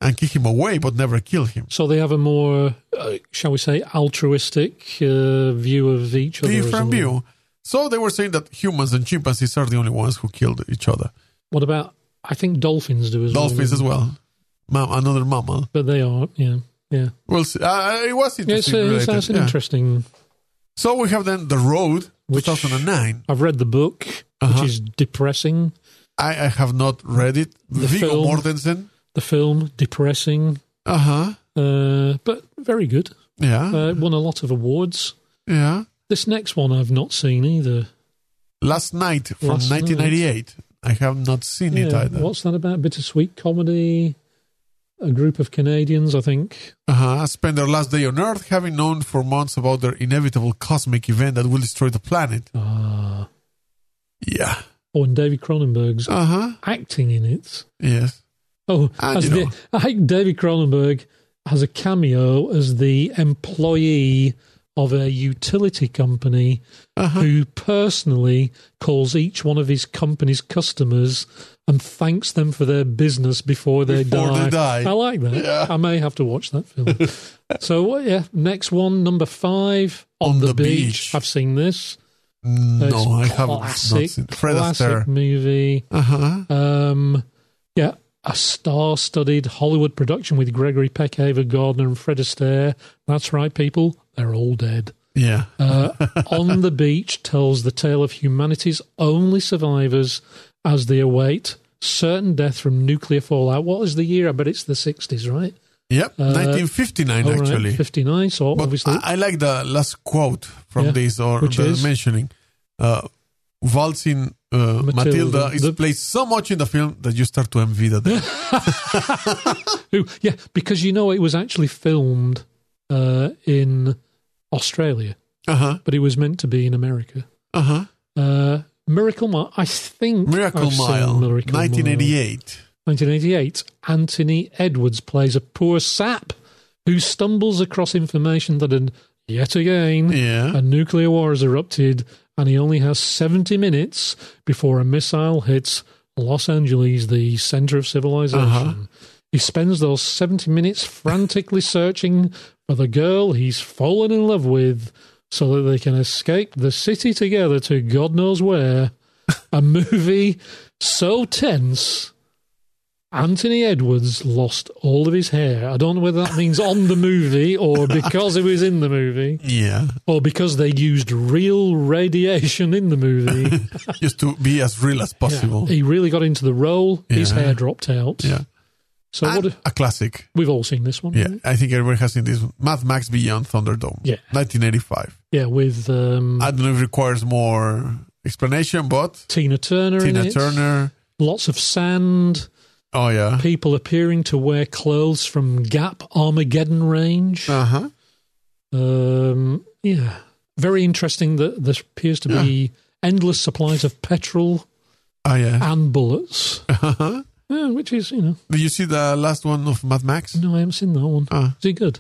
[SPEAKER 1] and kick him away, but never kill him.
[SPEAKER 2] So they have a more, uh, shall we say, altruistic uh, view of each other. as
[SPEAKER 1] Different
[SPEAKER 2] well.
[SPEAKER 1] view. So they were saying that humans and chimpanzees are the only ones who killed each other.
[SPEAKER 2] What about I think dolphins do as
[SPEAKER 1] Dolphins
[SPEAKER 2] well.
[SPEAKER 1] as well. Mam- another mammal.
[SPEAKER 2] But they are, yeah. Yeah.
[SPEAKER 1] Well, see, uh, it was
[SPEAKER 2] yeah
[SPEAKER 1] interesting.
[SPEAKER 2] it's, uh, it's,
[SPEAKER 1] related,
[SPEAKER 2] that's an
[SPEAKER 1] yeah.
[SPEAKER 2] interesting.
[SPEAKER 1] So we have then The Road,
[SPEAKER 2] Which-
[SPEAKER 1] 2009.
[SPEAKER 2] I've read the book,
[SPEAKER 1] Uh-huh.
[SPEAKER 2] which is depressing.
[SPEAKER 1] I, I have not read it.
[SPEAKER 2] The
[SPEAKER 1] Viggo
[SPEAKER 2] film.
[SPEAKER 1] Mortensen.
[SPEAKER 2] The film, depressing,
[SPEAKER 1] Uh huh.
[SPEAKER 2] uh, but very good.
[SPEAKER 1] Yeah.
[SPEAKER 2] Uh, it won a lot of awards.
[SPEAKER 1] yeah.
[SPEAKER 2] This next one I've not seen either.
[SPEAKER 1] Last Night from
[SPEAKER 2] Last Night.
[SPEAKER 1] 1998. I have not seen it
[SPEAKER 2] Yeah,
[SPEAKER 1] either.
[SPEAKER 2] what's that about? Bittersweet comedy. A group of Canadians, I think.
[SPEAKER 1] Uh-huh. Spend their last day on Earth having known for months about their inevitable cosmic event that will destroy the planet.
[SPEAKER 2] Ah.
[SPEAKER 1] Yeah.
[SPEAKER 2] Oh, and David Cronenberg's
[SPEAKER 1] Uh huh.
[SPEAKER 2] acting in it.
[SPEAKER 1] Yes.
[SPEAKER 2] Oh,
[SPEAKER 1] And,
[SPEAKER 2] as
[SPEAKER 1] you
[SPEAKER 2] the,
[SPEAKER 1] know.
[SPEAKER 2] I think David Cronenberg has a cameo as the employee of a utility company
[SPEAKER 1] Uh-huh.
[SPEAKER 2] who personally calls each one of his company's customers and thanks them for their business before they,
[SPEAKER 1] Before
[SPEAKER 2] die.
[SPEAKER 1] they die.
[SPEAKER 2] I like that.
[SPEAKER 1] Yeah.
[SPEAKER 2] I may have to watch that film. so, yeah, next one, number five, On, the, beach. I've seen this.
[SPEAKER 1] No,
[SPEAKER 2] It's
[SPEAKER 1] I haven't not
[SPEAKER 2] classic,
[SPEAKER 1] seen it. Fred
[SPEAKER 2] classic
[SPEAKER 1] Astaire.
[SPEAKER 2] movie.
[SPEAKER 1] Uh huh.
[SPEAKER 2] Um, yeah, a star-studded Hollywood production with Gregory Peck, Ava Gardner, and Fred Astaire. That's right, people. They're all dead.
[SPEAKER 1] Yeah.
[SPEAKER 2] Uh, On the Beach tells the tale of humanity's only survivors as they await certain death from nuclear fallout. What is the year? I bet it's the 60s, right?
[SPEAKER 1] Yep. 1959,
[SPEAKER 2] uh, All right,
[SPEAKER 1] actually.
[SPEAKER 2] 59, so
[SPEAKER 1] But
[SPEAKER 2] obviously...
[SPEAKER 1] I, I like the last quote from
[SPEAKER 2] Yeah.
[SPEAKER 1] this or
[SPEAKER 2] Which
[SPEAKER 1] the
[SPEAKER 2] is?
[SPEAKER 1] mentioning. Uh, Valsin uh, Matilda,
[SPEAKER 2] Matilda.
[SPEAKER 1] is
[SPEAKER 2] The-
[SPEAKER 1] played so much in the film that you start to envy the death.
[SPEAKER 2] Who- yeah, because you know it was actually filmed uh, in Australia,
[SPEAKER 1] uh huh.
[SPEAKER 2] but it was meant to be in America.
[SPEAKER 1] Uh huh.
[SPEAKER 2] Uh, Miracle Mile. I think
[SPEAKER 1] Miracle
[SPEAKER 2] I've seen
[SPEAKER 1] Mile,
[SPEAKER 2] Miracle Mile.
[SPEAKER 1] 1988.
[SPEAKER 2] 1988. Anthony Edwards plays a poor sap who stumbles across information that, an, yet again,
[SPEAKER 1] Yeah.
[SPEAKER 2] a nuclear war has erupted, and he only has 70 minutes before a missile hits Los Angeles, the center of civilization.
[SPEAKER 1] Uh-huh.
[SPEAKER 2] He spends those 70 minutes frantically searching for the girl he's fallen in love with so that they can escape the city together to God knows where. a movie so tense. Anthony Edwards lost all of his hair. I don't know whether that means on the movie or because it was in the movie
[SPEAKER 1] Yeah.
[SPEAKER 2] or because they used real radiation in the movie.
[SPEAKER 1] Just to be as real as possible. Yeah.
[SPEAKER 2] he really got into the role. His
[SPEAKER 1] Yeah.
[SPEAKER 2] hair dropped out. So
[SPEAKER 1] And
[SPEAKER 2] what Mm-hmm. if-
[SPEAKER 1] a classic.
[SPEAKER 2] we've all seen this one.
[SPEAKER 1] Yeah.
[SPEAKER 2] right?
[SPEAKER 1] I think everyone has seen this. one. Mad Max Beyond Thunderdome.
[SPEAKER 2] Yeah.
[SPEAKER 1] 1985.
[SPEAKER 2] yeah, with um,
[SPEAKER 1] I don't know if it requires more explanation, but
[SPEAKER 2] Tina Turner. in
[SPEAKER 1] Tina
[SPEAKER 2] it.
[SPEAKER 1] Turner.
[SPEAKER 2] Lots of sand.
[SPEAKER 1] Oh, yeah.
[SPEAKER 2] People appearing to wear clothes from Gap Armageddon range.
[SPEAKER 1] Uh huh.
[SPEAKER 2] Um, yeah, very interesting that there appears to be endless supplies of petrol
[SPEAKER 1] Oh, yeah.
[SPEAKER 2] and bullets,
[SPEAKER 1] Uh huh.
[SPEAKER 2] yeah, which is you know
[SPEAKER 1] Did you see the last one of Mad Max?
[SPEAKER 2] no, I haven't seen that one.
[SPEAKER 1] Ah.
[SPEAKER 2] Is it good?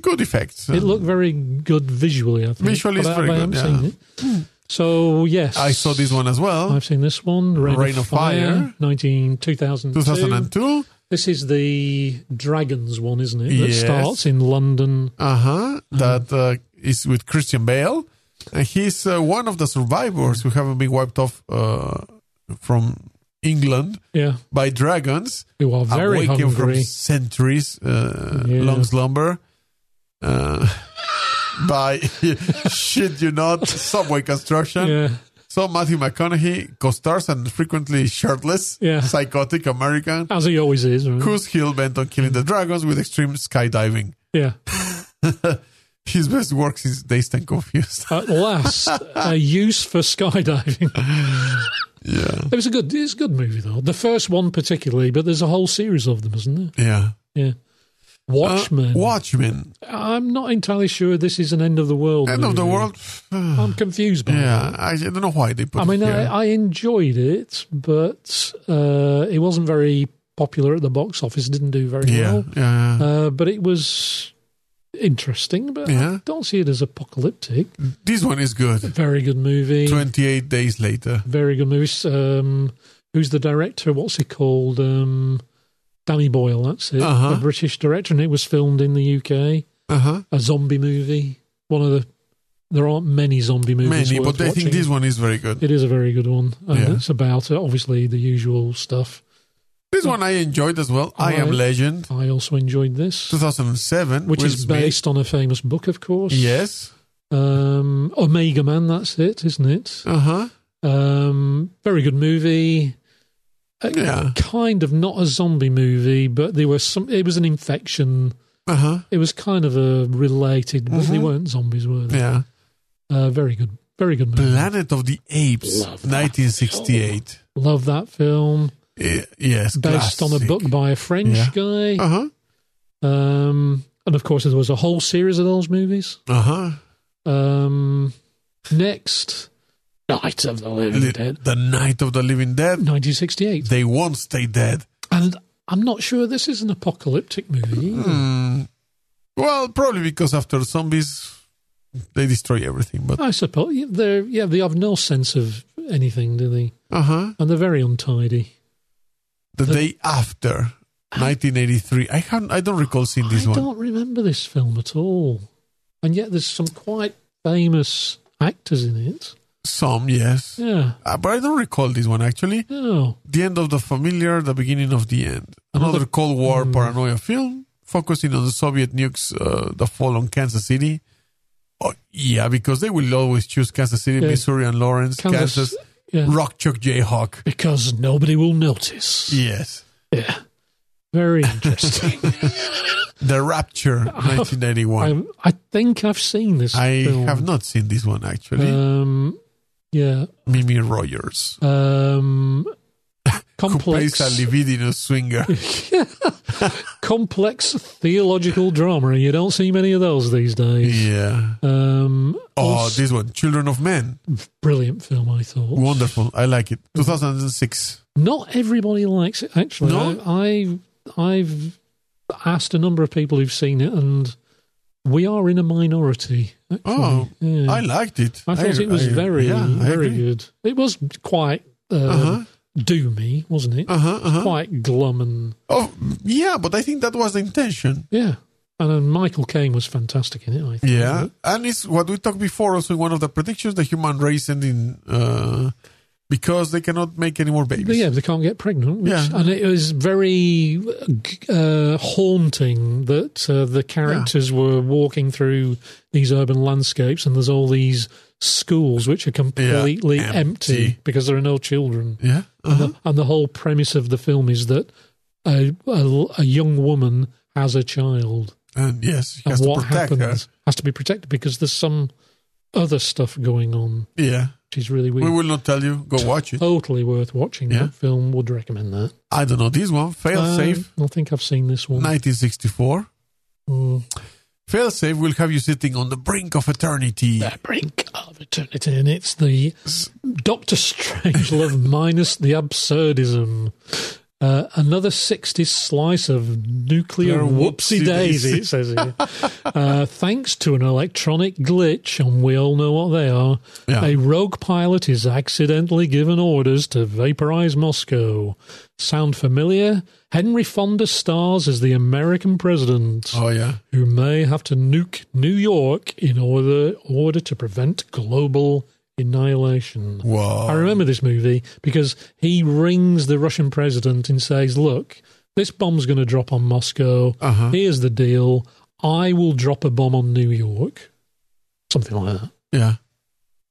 [SPEAKER 1] Good effects.
[SPEAKER 2] It looked very good visually, I think.
[SPEAKER 1] Um, Visually it's
[SPEAKER 2] but I-
[SPEAKER 1] very
[SPEAKER 2] but I
[SPEAKER 1] good,
[SPEAKER 2] haven't
[SPEAKER 1] yeah.
[SPEAKER 2] seen it. So, yes.
[SPEAKER 1] I saw this one as well.
[SPEAKER 2] I've seen this one. Rain,
[SPEAKER 1] Reign
[SPEAKER 2] of,
[SPEAKER 1] of
[SPEAKER 2] Fire,
[SPEAKER 1] Fire.
[SPEAKER 2] 19, 2002.
[SPEAKER 1] 2002.
[SPEAKER 2] This is the Dragons one, isn't it? That
[SPEAKER 1] Yes.
[SPEAKER 2] starts in London.
[SPEAKER 1] Uh huh. That uh, is with Christian Bale, and he's uh, one of the survivors who haven't been wiped off uh, from England
[SPEAKER 2] Yeah.
[SPEAKER 1] by dragons.
[SPEAKER 2] Who are very
[SPEAKER 1] awakened from
[SPEAKER 2] hungry.
[SPEAKER 1] centuries uh,
[SPEAKER 2] Yeah.
[SPEAKER 1] long slumber. Uh, by shit you not subway construction.
[SPEAKER 2] Yeah.
[SPEAKER 1] So Matthew McConaughey co-stars and frequently shirtless,
[SPEAKER 2] Yeah.
[SPEAKER 1] psychotic American
[SPEAKER 2] As he always is. Right?
[SPEAKER 1] who's heel bent on killing the dragons with extreme skydiving.
[SPEAKER 2] Yeah.
[SPEAKER 1] His best work is Dazed and Confused.
[SPEAKER 2] At last, a use for skydiving.
[SPEAKER 1] Yeah.
[SPEAKER 2] It was a good, it's a good movie, though. The first one, particularly, but there's a whole series of them, isn't there?
[SPEAKER 1] Yeah.
[SPEAKER 2] Yeah.
[SPEAKER 1] Uh,
[SPEAKER 2] Watchmen.
[SPEAKER 1] Watchmen.
[SPEAKER 2] I'm not entirely sure this is an end of the world.
[SPEAKER 1] End of the
[SPEAKER 2] movie.
[SPEAKER 1] world.
[SPEAKER 2] I'm confused by it.
[SPEAKER 1] yeah. I, I don't know why they put
[SPEAKER 2] I mean,
[SPEAKER 1] it here.
[SPEAKER 2] I, I enjoyed it, but uh, it wasn't very popular at the box office. Didn't do very
[SPEAKER 1] yeah.
[SPEAKER 2] well.
[SPEAKER 1] Yeah.
[SPEAKER 2] Uh, but it was interesting. But
[SPEAKER 1] Yeah.
[SPEAKER 2] I don't see it as apocalyptic.
[SPEAKER 1] this one is good.
[SPEAKER 2] Very good movie.
[SPEAKER 1] 28 days later.
[SPEAKER 2] Very good movie. Um, who's the director? What's he called? Um, Danny Boyle. That's it.
[SPEAKER 1] Uh-huh.
[SPEAKER 2] A British director, and it was filmed in the UK.
[SPEAKER 1] Uh huh.
[SPEAKER 2] a zombie movie. One of the there aren't many zombie movies.
[SPEAKER 1] Many,
[SPEAKER 2] worth
[SPEAKER 1] but I
[SPEAKER 2] watching.
[SPEAKER 1] think this one is very good.
[SPEAKER 2] it is a very good one. And
[SPEAKER 1] Yeah.
[SPEAKER 2] It's about uh, obviously the usual stuff.
[SPEAKER 1] This one I enjoyed as well. I Am
[SPEAKER 2] Alright.
[SPEAKER 1] Legend,
[SPEAKER 2] I also enjoyed this,
[SPEAKER 1] 2007.
[SPEAKER 2] which
[SPEAKER 1] Will
[SPEAKER 2] is
[SPEAKER 1] Smith.
[SPEAKER 2] based on a famous book, of course.
[SPEAKER 1] Yes.
[SPEAKER 2] Um, Omega Man, that's it, isn't it?
[SPEAKER 1] Uh huh.
[SPEAKER 2] Um, very good movie. Uh,
[SPEAKER 1] Yeah.
[SPEAKER 2] Kind of not a zombie movie, but there were some. It was an infection.
[SPEAKER 1] Uh huh.
[SPEAKER 2] It was kind of a related, but they
[SPEAKER 1] Mhm.
[SPEAKER 2] weren't zombies, were they?
[SPEAKER 1] Yeah.
[SPEAKER 2] Uh, very good, very good movie.
[SPEAKER 1] Planet of the Apes,
[SPEAKER 2] Love that
[SPEAKER 1] 1968.
[SPEAKER 2] Love that film.
[SPEAKER 1] Y- Yes.
[SPEAKER 2] Based on a book by a French
[SPEAKER 1] Yeah.
[SPEAKER 2] guy.
[SPEAKER 1] Uh huh.
[SPEAKER 2] Um, and of course, there was a whole series of those movies.
[SPEAKER 1] Uh huh.
[SPEAKER 2] Um, next, Night of the Living
[SPEAKER 1] The,
[SPEAKER 2] Dead,
[SPEAKER 1] the Night of the Living Dead.
[SPEAKER 2] 1968.
[SPEAKER 1] They won't stay dead.
[SPEAKER 2] And I'm not sure this is an apocalyptic movie. either.
[SPEAKER 1] Hmm. Well, probably because after zombies, they destroy everything. But
[SPEAKER 2] I suppose yeah, they're yeah they have no sense of anything, do they?
[SPEAKER 1] uh huh.
[SPEAKER 2] And they're very untidy.
[SPEAKER 1] The,
[SPEAKER 2] The-
[SPEAKER 1] day after. 1983. I haven't. I don't recall seeing this
[SPEAKER 2] I
[SPEAKER 1] one.
[SPEAKER 2] don't remember this film at all, and yet there's some quite famous actors in it.
[SPEAKER 1] Some, yes,
[SPEAKER 2] Yeah. Oh,
[SPEAKER 1] Uh, but I don't recall this one actually.
[SPEAKER 2] No.
[SPEAKER 1] The end of the familiar, the beginning of the end. Another,
[SPEAKER 2] Another-
[SPEAKER 1] Cold War
[SPEAKER 2] Hmm.
[SPEAKER 1] paranoia film focusing on the Soviet nukes uh, that fall on Kansas City. Oh, yeah, because they will always choose Kansas City,
[SPEAKER 2] Yeah.
[SPEAKER 1] Missouri, and Lawrence,
[SPEAKER 2] Kansas-
[SPEAKER 1] Kansas,
[SPEAKER 2] yeah.
[SPEAKER 1] Rockchuck Jayhawk.
[SPEAKER 2] Because nobody will notice.
[SPEAKER 1] Yes,
[SPEAKER 2] Yeah. Very interesting.
[SPEAKER 1] The Rapture, 1991.
[SPEAKER 2] I, Um, I think I've seen this.
[SPEAKER 1] I
[SPEAKER 2] film.
[SPEAKER 1] have not seen this one actually.
[SPEAKER 2] Um, yeah.
[SPEAKER 1] Mimi Rogers,
[SPEAKER 2] Um,
[SPEAKER 1] who plays
[SPEAKER 2] complex,
[SPEAKER 1] a libidinous swinger.
[SPEAKER 2] complex theological drama, and you don't see many of those these days.
[SPEAKER 1] yeah.
[SPEAKER 2] Um,
[SPEAKER 1] Oh,
[SPEAKER 2] also-
[SPEAKER 1] this one, Children of Men.
[SPEAKER 2] brilliant film, I thought.
[SPEAKER 1] Wonderful. I like
[SPEAKER 2] Mm.
[SPEAKER 1] it. 2006.
[SPEAKER 2] Not everybody likes it. Actually,
[SPEAKER 1] No?
[SPEAKER 2] I, I I've asked a number of people who've seen it, and we are in a minority. Actually.
[SPEAKER 1] Oh,
[SPEAKER 2] yeah.
[SPEAKER 1] I liked it.
[SPEAKER 2] I thought it was
[SPEAKER 1] I-
[SPEAKER 2] very,
[SPEAKER 1] yeah, I
[SPEAKER 2] very
[SPEAKER 1] agree.
[SPEAKER 2] good. It was quite uh,
[SPEAKER 1] Uh-huh.
[SPEAKER 2] doomy, wasn't it?
[SPEAKER 1] Uh-huh, uh-huh.
[SPEAKER 2] Quite glum and
[SPEAKER 1] Oh, yeah, but I think that was the intention.
[SPEAKER 2] yeah. And then Michael Caine was fantastic in it. I think.
[SPEAKER 1] Yeah, and it's what we talked before also in one of the predictions: the human race ending uh, because they cannot make any more
[SPEAKER 2] But
[SPEAKER 1] babies.
[SPEAKER 2] yeah, they can't get pregnant. Which,
[SPEAKER 1] Yeah.
[SPEAKER 2] And it was very uh, haunting that uh, the characters were walking through these urban landscapes and there's all these schools which are completely
[SPEAKER 1] empty.
[SPEAKER 2] empty. because there are no children.
[SPEAKER 1] yeah. Uh-huh.
[SPEAKER 2] And the whole premise of the film is that a, a, a young woman has a child.
[SPEAKER 1] and yes, he
[SPEAKER 2] And
[SPEAKER 1] has to
[SPEAKER 2] what
[SPEAKER 1] protect
[SPEAKER 2] happens
[SPEAKER 1] her.
[SPEAKER 2] has to be protected because there's some other stuff going on,
[SPEAKER 1] Yeah,
[SPEAKER 2] which is really weird.
[SPEAKER 1] we will not tell you. Go watch it.
[SPEAKER 2] totally worth watching.
[SPEAKER 1] Yeah.
[SPEAKER 2] That film would recommend that.
[SPEAKER 1] I don't know this one. Fail
[SPEAKER 2] Um,
[SPEAKER 1] safe,
[SPEAKER 2] I think I've seen this one.
[SPEAKER 1] 1964.
[SPEAKER 2] Mm.
[SPEAKER 1] Fail safe will have you sitting on the brink of eternity.
[SPEAKER 2] The brink of eternity, and it's the Doctor Strangelove minus the absurdism. Uh, another 60s slice of
[SPEAKER 1] Nuclear
[SPEAKER 2] nuclear whoopsie
[SPEAKER 1] whoopsie
[SPEAKER 2] daisy,
[SPEAKER 1] daisy.
[SPEAKER 2] it says here. uh, thanks to an electronic glitch, and we all know what they are,
[SPEAKER 1] Yeah.
[SPEAKER 2] a rogue pilot is accidentally given orders to vaporize Moscow. Sound familiar? Henry Fonda stars as the American president
[SPEAKER 1] Oh yeah.
[SPEAKER 2] who may have to nuke New York in order order to prevent global annihilation.
[SPEAKER 1] Wow.
[SPEAKER 2] I remember this movie because he rings the Russian president and says, "Look, this bomb's going to drop on Moscow.
[SPEAKER 1] Uh-huh.
[SPEAKER 2] Here's the deal: I will drop a bomb on New York." Something like that.
[SPEAKER 1] Yeah.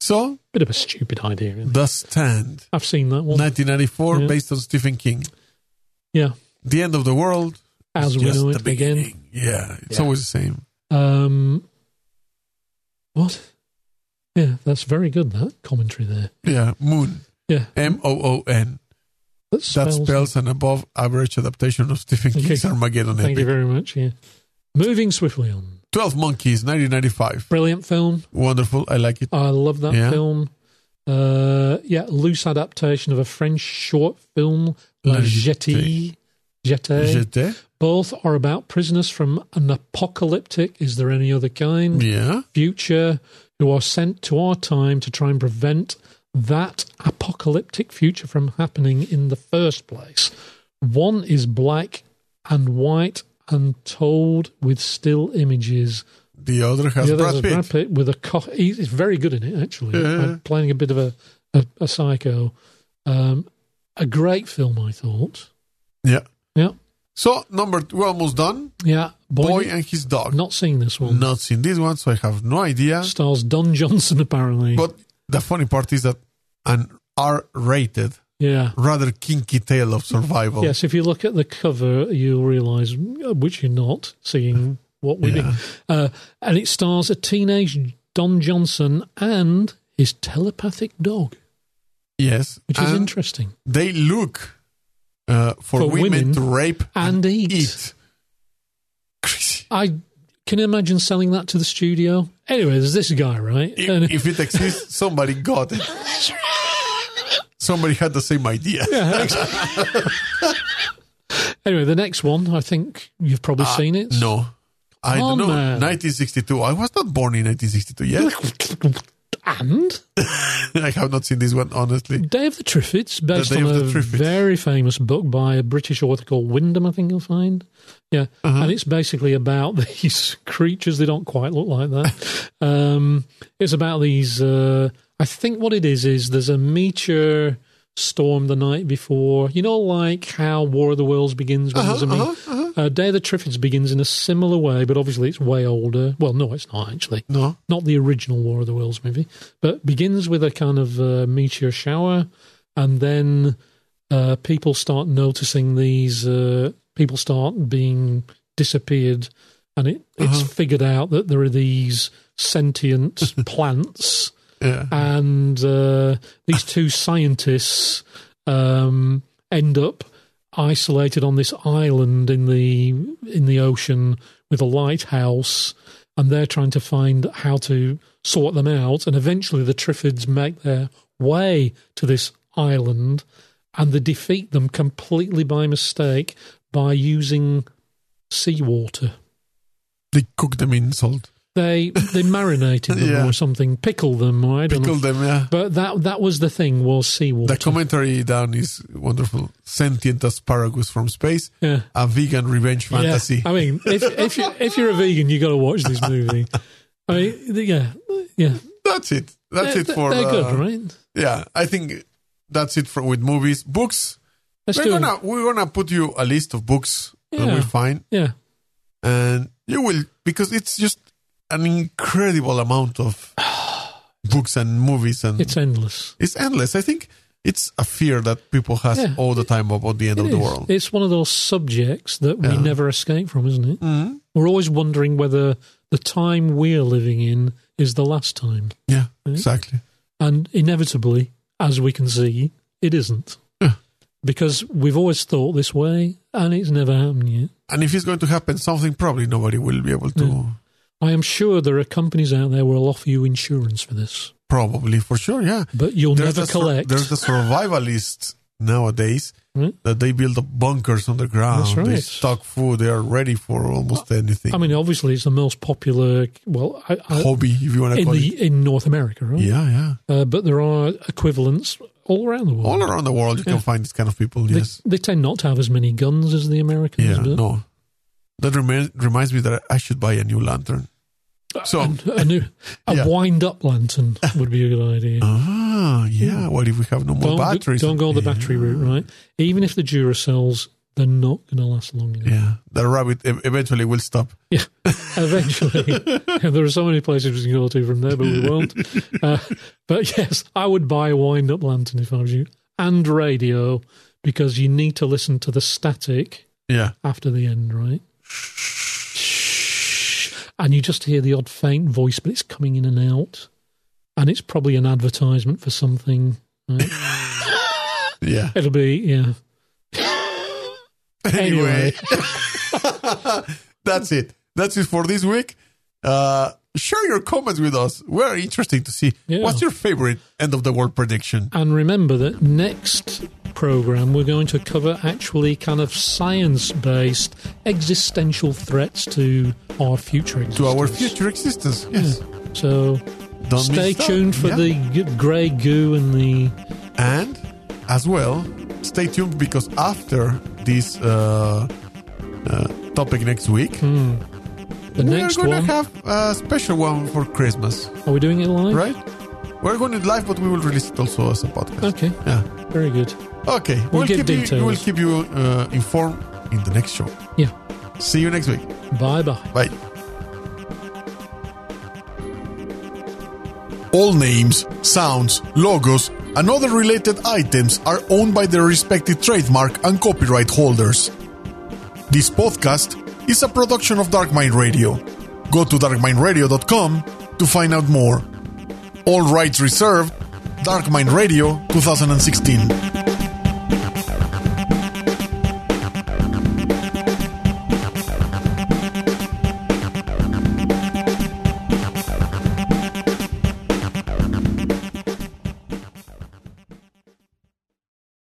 [SPEAKER 1] So
[SPEAKER 2] Bit of a stupid idea. Isn't it?
[SPEAKER 1] The Stand,
[SPEAKER 2] I've seen that one.
[SPEAKER 1] 1994,
[SPEAKER 2] Mm. Yeah.
[SPEAKER 1] based on Stephen King.
[SPEAKER 2] Yeah,
[SPEAKER 1] The end of the world. is
[SPEAKER 2] as we
[SPEAKER 1] just
[SPEAKER 2] know
[SPEAKER 1] the
[SPEAKER 2] it again.
[SPEAKER 1] beginning. Yeah, it's
[SPEAKER 2] Yeah.
[SPEAKER 1] always the same.
[SPEAKER 2] Um, what? Yeah, that's very good. That commentary there.
[SPEAKER 1] Yeah, Moon.
[SPEAKER 2] Yeah,
[SPEAKER 1] M O O N.
[SPEAKER 2] that
[SPEAKER 1] That
[SPEAKER 2] spells
[SPEAKER 1] spells an above average adaptation of Stephen
[SPEAKER 2] Okay.
[SPEAKER 1] King's Armageddon
[SPEAKER 2] Thank you
[SPEAKER 1] Epic.
[SPEAKER 2] very much. Yeah. Moving swiftly on.
[SPEAKER 1] 12 Monkeys, 1995.
[SPEAKER 2] Brilliant film.
[SPEAKER 1] Wonderful. I like it.
[SPEAKER 2] I love that
[SPEAKER 1] Yeah.
[SPEAKER 2] film. Uh, yeah, loose adaptation of a French short film, La
[SPEAKER 1] La
[SPEAKER 2] Jetée. Jetée.
[SPEAKER 1] Jeté.
[SPEAKER 2] Both are about prisoners from an apocalyptic, is there any other kind,
[SPEAKER 1] Yeah.
[SPEAKER 2] future who are sent to our time to try and prevent that apocalyptic future from happening in the first place. One is black and white and told with still images.
[SPEAKER 1] The other has
[SPEAKER 2] the other
[SPEAKER 1] Brad
[SPEAKER 2] is
[SPEAKER 1] Pitt.
[SPEAKER 2] Brad Pitt with a co- he's he's very good in it actually,
[SPEAKER 1] Yeah.
[SPEAKER 2] like playing a bit of a a, a psycho. Um, a great film, I thought.
[SPEAKER 1] Yeah.
[SPEAKER 2] Yeah.
[SPEAKER 1] So number two, we're almost done.
[SPEAKER 2] Yeah.
[SPEAKER 1] Boy
[SPEAKER 2] Boy,
[SPEAKER 1] and his dog.
[SPEAKER 2] not seen this one.
[SPEAKER 1] Not seen this one, so I have no idea.
[SPEAKER 2] Stars Don Johnson apparently.
[SPEAKER 1] But the funny part is that an R-rated,
[SPEAKER 2] yeah.
[SPEAKER 1] rather kinky tale of survival.
[SPEAKER 2] Yes, if you look at the cover, you'll realise which you're not seeing what we
[SPEAKER 1] Yeah.
[SPEAKER 2] mean. Uh, and it stars a teenage Don Johnson and his telepathic dog,
[SPEAKER 1] Yes.
[SPEAKER 2] which is
[SPEAKER 1] and
[SPEAKER 2] interesting.
[SPEAKER 1] they look uh, for,
[SPEAKER 2] For
[SPEAKER 1] women,
[SPEAKER 2] women
[SPEAKER 1] to rape
[SPEAKER 2] And eat.
[SPEAKER 1] eat. Crazy.
[SPEAKER 2] I can imagine selling that to the studio. Anyway, there's this guy, right?
[SPEAKER 1] If,
[SPEAKER 2] And-
[SPEAKER 1] if it exists, somebody got it. Somebody had the same idea.
[SPEAKER 2] Yeah, ex- anyway, the next one, I think you've probably seen it.
[SPEAKER 1] Ah, No. I don't
[SPEAKER 2] Come
[SPEAKER 1] know.
[SPEAKER 2] on.
[SPEAKER 1] 1962. I was not born in 1962 yet.
[SPEAKER 2] And
[SPEAKER 1] I have not seen this one, honestly.
[SPEAKER 2] Day of the Triffids, based
[SPEAKER 1] Day
[SPEAKER 2] on
[SPEAKER 1] of
[SPEAKER 2] a
[SPEAKER 1] the Triffids.
[SPEAKER 2] very famous book by a British author called Wyndham, I think you'll find. Yeah,
[SPEAKER 1] Uh-huh.
[SPEAKER 2] and it's basically about these creatures. They don't quite look like that. um, it's about these. Uh, I think what it is is there's a meteor storm the night before. You know, like how War of the Worlds begins when
[SPEAKER 1] Uh-huh,
[SPEAKER 2] there's a meteor. Uh, Day of the Triffids begins in a similar way, but obviously it's way older. Well, no, it's not actually
[SPEAKER 1] No.
[SPEAKER 2] not the original War of the Worlds movie, but begins with a kind of uh, meteor shower, and then uh, people start noticing these. Uh, people start being disappeared, and it, it's figured out that there are these sentient plants,
[SPEAKER 1] Yeah.
[SPEAKER 2] and uh, these two scientists um, end up isolated on this island in the in the ocean with a lighthouse and they're trying to find how to sort them out and eventually the triffids make their way to this island and they defeat them completely by mistake by using seawater
[SPEAKER 1] They cook them in salt.
[SPEAKER 2] they they marinated them
[SPEAKER 1] Yeah.
[SPEAKER 2] or something pickle them or I don't know
[SPEAKER 1] Pickle them, yeah.
[SPEAKER 2] but that that was the thing was seawater
[SPEAKER 1] The commentary down is wonderful. Sentient asparagus from space,
[SPEAKER 2] yeah
[SPEAKER 1] a vegan revenge fantasy.
[SPEAKER 2] Yeah. I mean, if if you if you're a vegan, you got to watch this movie. I mean, th- yeah, yeah.
[SPEAKER 1] That's it. That's
[SPEAKER 2] they're,
[SPEAKER 1] it for.
[SPEAKER 2] they're
[SPEAKER 1] uh,
[SPEAKER 2] good, right?
[SPEAKER 1] Yeah, I think that's it for with movies, books.
[SPEAKER 2] Let's
[SPEAKER 1] We're
[SPEAKER 2] do it.
[SPEAKER 1] gonna we're gonna put you a list of books that we
[SPEAKER 2] Yeah.
[SPEAKER 1] find,
[SPEAKER 2] Yeah,
[SPEAKER 1] and you will because it's just an incredible amount of books and movies, and it's,
[SPEAKER 2] it's endless.
[SPEAKER 1] endless. I think it's a fear that people has
[SPEAKER 2] Yeah.
[SPEAKER 1] all the time about the end
[SPEAKER 2] It
[SPEAKER 1] of the
[SPEAKER 2] is.
[SPEAKER 1] world.
[SPEAKER 2] It's one of those subjects that we
[SPEAKER 1] Yeah.
[SPEAKER 2] never escape from, isn't it?
[SPEAKER 1] Mhm.
[SPEAKER 2] We're always wondering whether the time we're living in is the last time,
[SPEAKER 1] Yeah, exactly.
[SPEAKER 2] and inevitably, as we can see, it isn't.
[SPEAKER 1] Yeah.
[SPEAKER 2] Because we've always thought this way, and it's never happened yet.
[SPEAKER 1] And if it's going to happen, something probably nobody will be able to.
[SPEAKER 2] I am sure there are companies out there who'll offer you insurance for this.
[SPEAKER 1] Probably for sure. Yeah,
[SPEAKER 2] but you'll never
[SPEAKER 1] the sur-
[SPEAKER 2] collect.
[SPEAKER 1] there's the survivalists nowadays
[SPEAKER 2] Hmm?
[SPEAKER 1] that they build up bunkers underground.
[SPEAKER 2] That's
[SPEAKER 1] They
[SPEAKER 2] right.
[SPEAKER 1] stock food. They are ready for almost anything.
[SPEAKER 2] I mean, obviously, it's the most popular. Well, I, I,
[SPEAKER 1] hobby, if you want to
[SPEAKER 2] in
[SPEAKER 1] call
[SPEAKER 2] the in North America,
[SPEAKER 1] it.
[SPEAKER 2] right?
[SPEAKER 1] Yeah, yeah.
[SPEAKER 2] Uh, but there are equivalents all around the world.
[SPEAKER 1] All around the world, you can find these kind of people.
[SPEAKER 2] they,
[SPEAKER 1] Yes.
[SPEAKER 2] they tend not to have as many guns as the Americans.
[SPEAKER 1] yeah.
[SPEAKER 2] but
[SPEAKER 1] No. That remi- reminds me that I should buy a new lantern. So,
[SPEAKER 2] Ah, And a new a
[SPEAKER 1] Yeah.
[SPEAKER 2] wind-up lantern would be a good idea.
[SPEAKER 1] ah, yeah. What if we have no more
[SPEAKER 2] don't,
[SPEAKER 1] batteries?
[SPEAKER 2] don't go the
[SPEAKER 1] Yeah.
[SPEAKER 2] battery route, right? Even if the Duracells, they're not going to last long enough.
[SPEAKER 1] Yeah, the rabbit e- eventually will stop.
[SPEAKER 2] eventually. And there are so many places we can go to from there, but we won't. Uh, but yes, I would buy a wind up lantern if I was you, and radio, because you need to listen to the static
[SPEAKER 1] Yeah,
[SPEAKER 2] after the end, right? And you just hear the odd faint voice, but it's coming in and out. And it's probably an advertisement for something. right?
[SPEAKER 1] yeah.
[SPEAKER 2] It'll be, yeah.
[SPEAKER 1] Anyway, that's it. That's it for this week. Uh, share your comments with us. We're interested to see
[SPEAKER 2] Yeah.
[SPEAKER 1] what's your favorite end of the world prediction.
[SPEAKER 2] And remember that next program we're going to cover actually kind of science based existential threats to our
[SPEAKER 1] to
[SPEAKER 2] future existence.
[SPEAKER 1] our future existence. Yes.
[SPEAKER 2] So
[SPEAKER 1] Don't
[SPEAKER 2] stay
[SPEAKER 1] miss that.
[SPEAKER 2] tuned for
[SPEAKER 1] Yeah.
[SPEAKER 2] the the grey goo and the
[SPEAKER 1] and as well, stay tuned because after this uh, uh, topic next week,
[SPEAKER 2] the
[SPEAKER 1] we're
[SPEAKER 2] Mm, next
[SPEAKER 1] gonna
[SPEAKER 2] one.
[SPEAKER 1] have a special one for Christmas,
[SPEAKER 2] Are we doing it live?
[SPEAKER 1] right? We're going to live, but we will release it also as a podcast.
[SPEAKER 2] Okay.
[SPEAKER 1] Yeah.
[SPEAKER 2] Very good.
[SPEAKER 1] Okay,
[SPEAKER 2] We'll give
[SPEAKER 1] keep you,
[SPEAKER 2] details.
[SPEAKER 1] we'll keep you uh, informed in the next show.
[SPEAKER 2] Yeah.
[SPEAKER 1] See you next week.
[SPEAKER 2] Bye bye.
[SPEAKER 1] Bye. All names, sounds, logos, and other related items are owned by their respective trademark and copyright holders. This podcast is a production of Dark Mind Radio. Go to darkmindradio.com to find out more. All rights reserved. Dark Mind Radio 2016.